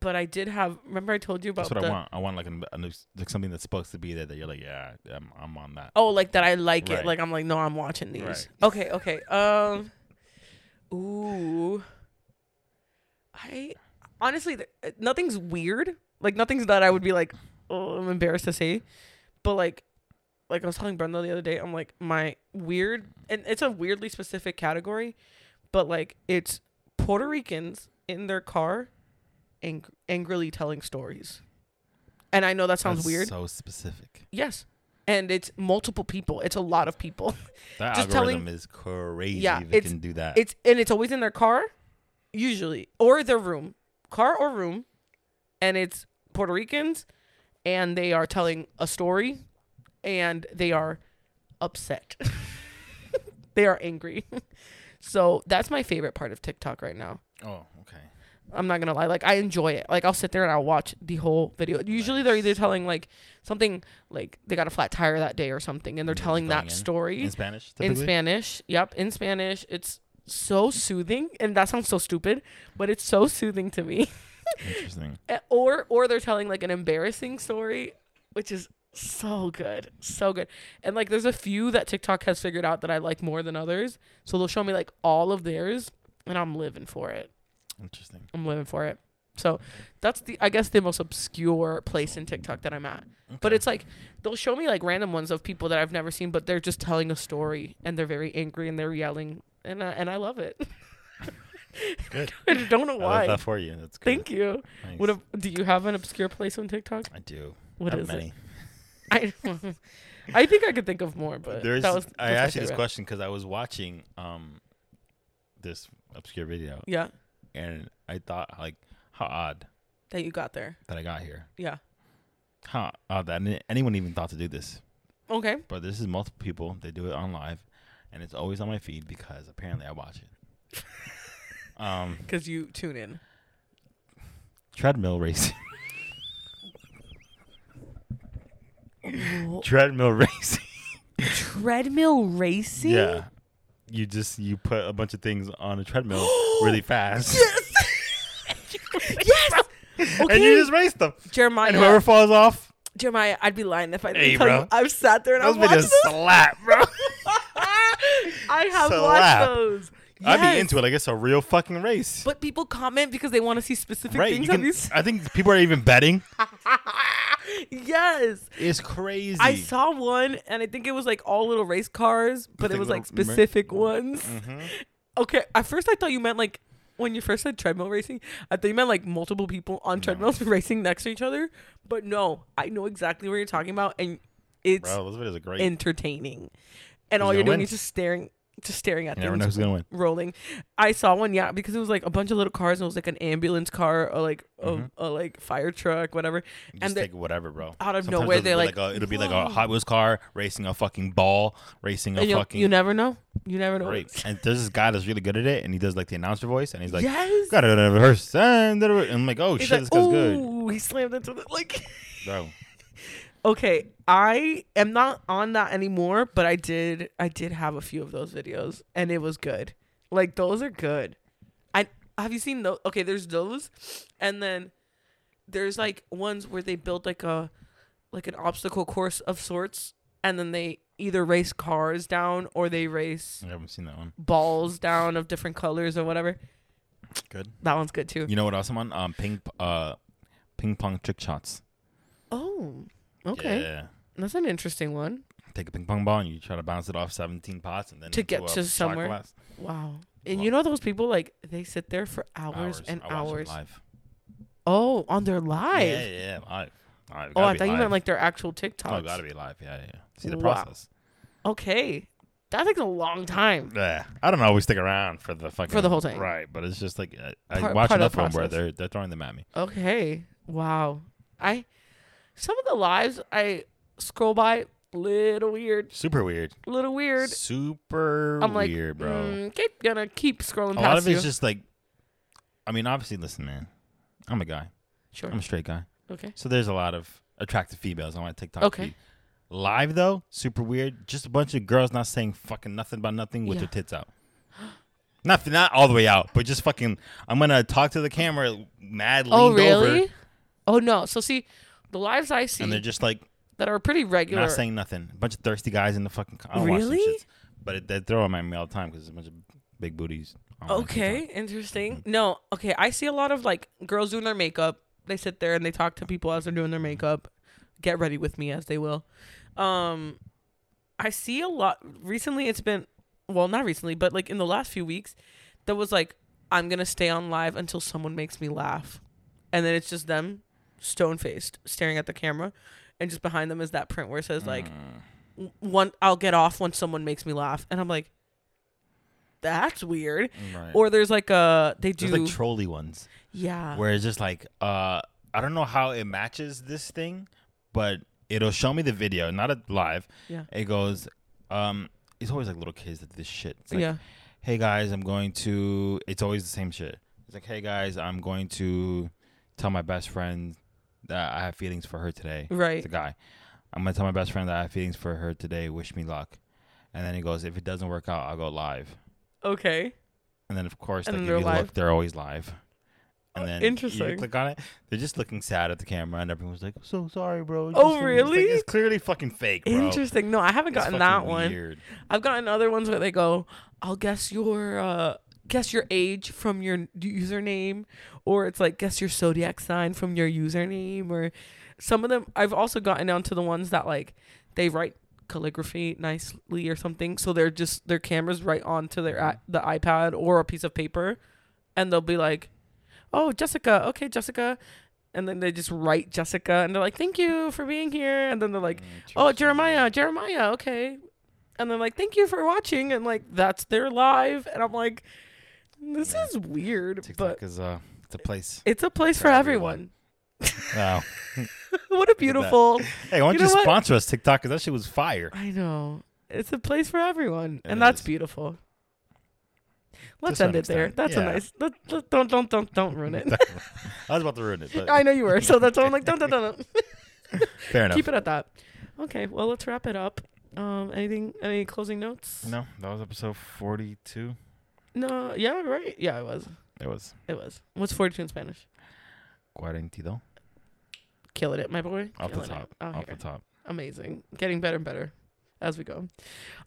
but I did have. Remember I told you about
That's what
the
I want. I want like, an, an, obs- like something that's supposed to be there that you're like, yeah, I'm, I'm on that.
Oh, like that I like
Right.
it. Like I'm like, no, I'm watching these.
Right.
Okay, okay. Um Ooh. I honestly th- uh, nothing's weird. Like nothing's that I would be like, oh, I'm embarrassed to say. But like like I was telling Brenda the other day, I'm like, my weird and it's a weirdly specific category, but like it's Puerto Ricans in their car ang- angrily telling stories. And I know that sounds
That's
weird.
So specific.
Yes. And it's multiple people. It's a lot of people.
That
Just
algorithm
telling-
is crazy.
Yeah,
if it
it's-
can do that.
It's and it's always in their car, usually, or their room. Car or room. And it's Puerto Ricans and they are telling a story and they are upset. [laughs] they are angry. [laughs] so that's my favorite part of TikTok right now.
oh, okay.
I'm not gonna lie. Like I enjoy it. Like I'll sit there and I'll watch the whole video. Usually they're either telling like something like they got a flat tire that day or something, and they're
Yeah,
telling
going
that
in.
story [laughs]
In Spanish,
in
typically?
Spanish. Yep, in Spanish. It's so soothing, and that sounds so stupid, but it's so soothing to me. [laughs]
Interesting.
Eh, or or they're telling like an embarrassing story, which is so good, so good. And like there's a few that TikTok has figured out that I like more than others, so they'll show me like all of theirs, and I'm living for it.
Interesting.
I'm living for it. So that's the I guess the most obscure place in TikTok that I'm at. But it's like they'll show me like random ones of people that I've never seen, but they're just telling a story and they're very angry and they're yelling and I, and I love it.
Good.
[laughs] I don't know
I love
why.
that for you. That's good.
Thank you.
Thanks.
What ab- do you have an obscure place on TikTok?
I do.
What
Not
is
many.
it? [laughs] I I think I could think of more, but
There's.
that was
I
that's my
asked you this
favorite.
question because I was watching um this obscure video
Yeah,
and I thought like how odd
that you got there.
that I got here.
Yeah.
How odd that any- anyone even thought to do this.
Okay.
But this is multiple people. They do it on live, and it's always on my feed because apparently I watch it.
[laughs]
um,
Cuz you tune in.
treadmill racing. [laughs] treadmill racing.
Treadmill racing?
Yeah. You just you put a bunch of things on a
[gasps]
treadmill really fast.
[laughs] yes. Okay.
[laughs] And you just race them.
Jeremiah.
And whoever falls off,
Jeremiah, I'd be lying if I didn't
Hey,
tell
bro.
you. I've sat there and
those
I've watched
videos
this.
slap, bro.
[laughs] I have
Slap.
watched those.
I'd be
Yes.
into it. Like it's a real fucking race.
But people comment because they want to see specific
right.
things
You
on
can- [laughs]
these.
I think people are even betting.
yes.
It's crazy.
I saw one and I think it was like all little race cars, but it
Like
was like
little Mm. mer-
specific ones.
Mm-hmm.
[laughs] Okay. At first I thought you meant like when you first said treadmill racing, I thought you meant like multiple people on treadmills [laughs] racing next to each other. But no, I know exactly what you're talking about and it's
Bro, those videos are great.
entertaining. And all
Who's
you're
gonna
doing
win?
is just staring just staring at
you never know
things
who's gonna win.
rolling. I saw one, yeah, because it was like a bunch of little cars and it was like an ambulance car or like a,
Mm-hmm.
a like fire truck, whatever.
Just
and they-
take whatever, bro.
out of
Sometimes
nowhere,
it'll be
they're like,
a, it'll be like a Hot Wheels car racing a fucking ball, racing a
and you,
fucking
you never know. You never know.
Great. And there's this guy that's really good at it, and he does like the announcer voice, and he's like,
yes.
"Gotta rehearse." And I'm like, "Oh
He's
shit,
like,
this guy's good,
ooh, he slammed into the like
bro."
Okay, I am not on that anymore, but I did I did have a few of those videos and it was good. Like those are good. I have you seen those? Okay, there's those and then there's like ones where they build like a like an obstacle course of sorts and then they either race cars down or they race
I haven't seen that one.
balls down of different colors or whatever.
Good.
That one's good too.
You know what else I'm on? Um, ping, uh, ping pong trick shots.
Oh, okay.
Yeah.
That's an interesting one.
Take a ping pong ball and you try to bounce it off 17 pots and then
To
into
get
a
to
shot
somewhere.
glass.
Wow. And
Wow.
you know those people like they sit there for hours, and
I watch them
hours.
Live.
Oh, on their live.
Yeah, yeah, yeah, live. Live.
oh,
Gotta
I
be
thought you
live.
meant like their actual TikToks.
Oh, gotta be live. Yeah, yeah. yeah. See the
Wow.
process.
Okay. That takes a long time.
Yeah, I don't always stick around for the fucking
For the whole thing.
right? But it's just like I, I
Part-
watch
part
enough
of
of
the
them where
process.
they're they're throwing them at me.
Okay. Wow. I some of the lives I scroll by little weird,
Super weird.
little weird.
Super
I'm like,
weird, bro.
Mm, keep gonna keep scrolling
a
past
lot of
you.
it's just like, I mean, obviously, listen, man, I'm a guy.
sure.
I'm a straight guy.
okay.
So there's a lot of attractive females on my TikTok.
Okay.
feed. Live though, super weird. Just a bunch of girls not saying fucking nothing about nothing with
Yeah.
their tits out. [gasps] Nothing, not all the way out, but just fucking. I'm gonna talk to the camera, mad leaned
Oh really?
over,
Oh no. So see, the lives I
and
see
they're just like
that are pretty regular.
not saying nothing. A bunch of thirsty guys in the fucking. I don't watch
Really?
them shits, but it, they throw them at me all the time because it's a bunch of big booties. on Oh my
Okay,
TikTok.
interesting. No, okay, I see a lot of like girls doing their makeup. They sit there and they talk to people as they're doing their makeup. Get ready with me as they will. Um I see a lot recently it's been well, not recently, but like in the last few weeks there was like I'm going to stay on live until someone makes me laugh. And then it's just them stone-faced staring at the camera and just behind them is that print where it says like w- one I'll get off when someone makes me laugh and I'm like that's weird
Right.
or there's like a they do
There's like trolley ones
yeah
where it's just like uh I don't know how it matches this thing, but it'll show me the video, not a live.
Yeah.
It goes um it's always like little kids that do this shit. It's like,
yeah
hey guys, I'm going to it's always the same shit. It's like, hey guys, I'm going to tell my best friend that I have feelings for her today.
right
It's a guy. I'm gonna tell my best friend that I have feelings for her today. Wish me luck. And then he goes, if it doesn't work out, I'll go live.
okay
And then of course,
And
like if
then
you
they're live.
look, they're always live. And then
Uh, interesting.
You click on it. They're just looking sad at the camera, and everyone's like, "So sorry, bro."
Oh,
Just- it's like-
really?
It's clearly fucking fake, bro.
interesting no i haven't
It's
gotten
fucking
that one
weird.
i've gotten other ones where they go i'll guess your uh guess your age from your n- username or it's like guess your zodiac sign from your username or some of them i've also gotten down to the ones that like they write calligraphy nicely or something so they're just their cameras right onto their i- the ipad or a piece of paper and they'll be like oh jessica okay jessica and then they just write jessica and they're like thank you for being here and then they're
Mm,
like oh
Interesting.
jeremiah jeremiah okay and they're like thank you for watching and like that's their live and i'm like this
Yeah.
is weird
TikTok
but
is uh, it's a
[laughs]
place.
it's a place
for
for everyone
everyone. Wow.
[laughs] what a
[laughs]
beautiful
Hey, why don't
You
you,
know what?
sponsor us, TikTok? Because that shit was fire.
I know. It's a place for everyone,
It
and that's
is.
beautiful. Let's
some
end it there.
extent,
That's
yeah.
a nice. Let, let, don't don't don't don't [laughs]
[laughs]
ruin it. [laughs]
I was about to ruin it, but
I know you were, so that's why I'm like don't don't don't.
[laughs]
don't.
fair enough.
Keep it at that. Okay, well let's wrap it up. Um, anything? Any closing notes?
No, that was episode forty-two.
No. Yeah. Right. Yeah. It was.
It was
It was. What's forty-two in Spanish?
cuarentido
Killing it, my boy.
off the
Killing
top.
It. Oh, Out
Off
here.
the top.
Amazing. Getting better and better as we go.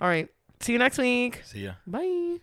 All right. See you next week.
See ya.
Bye.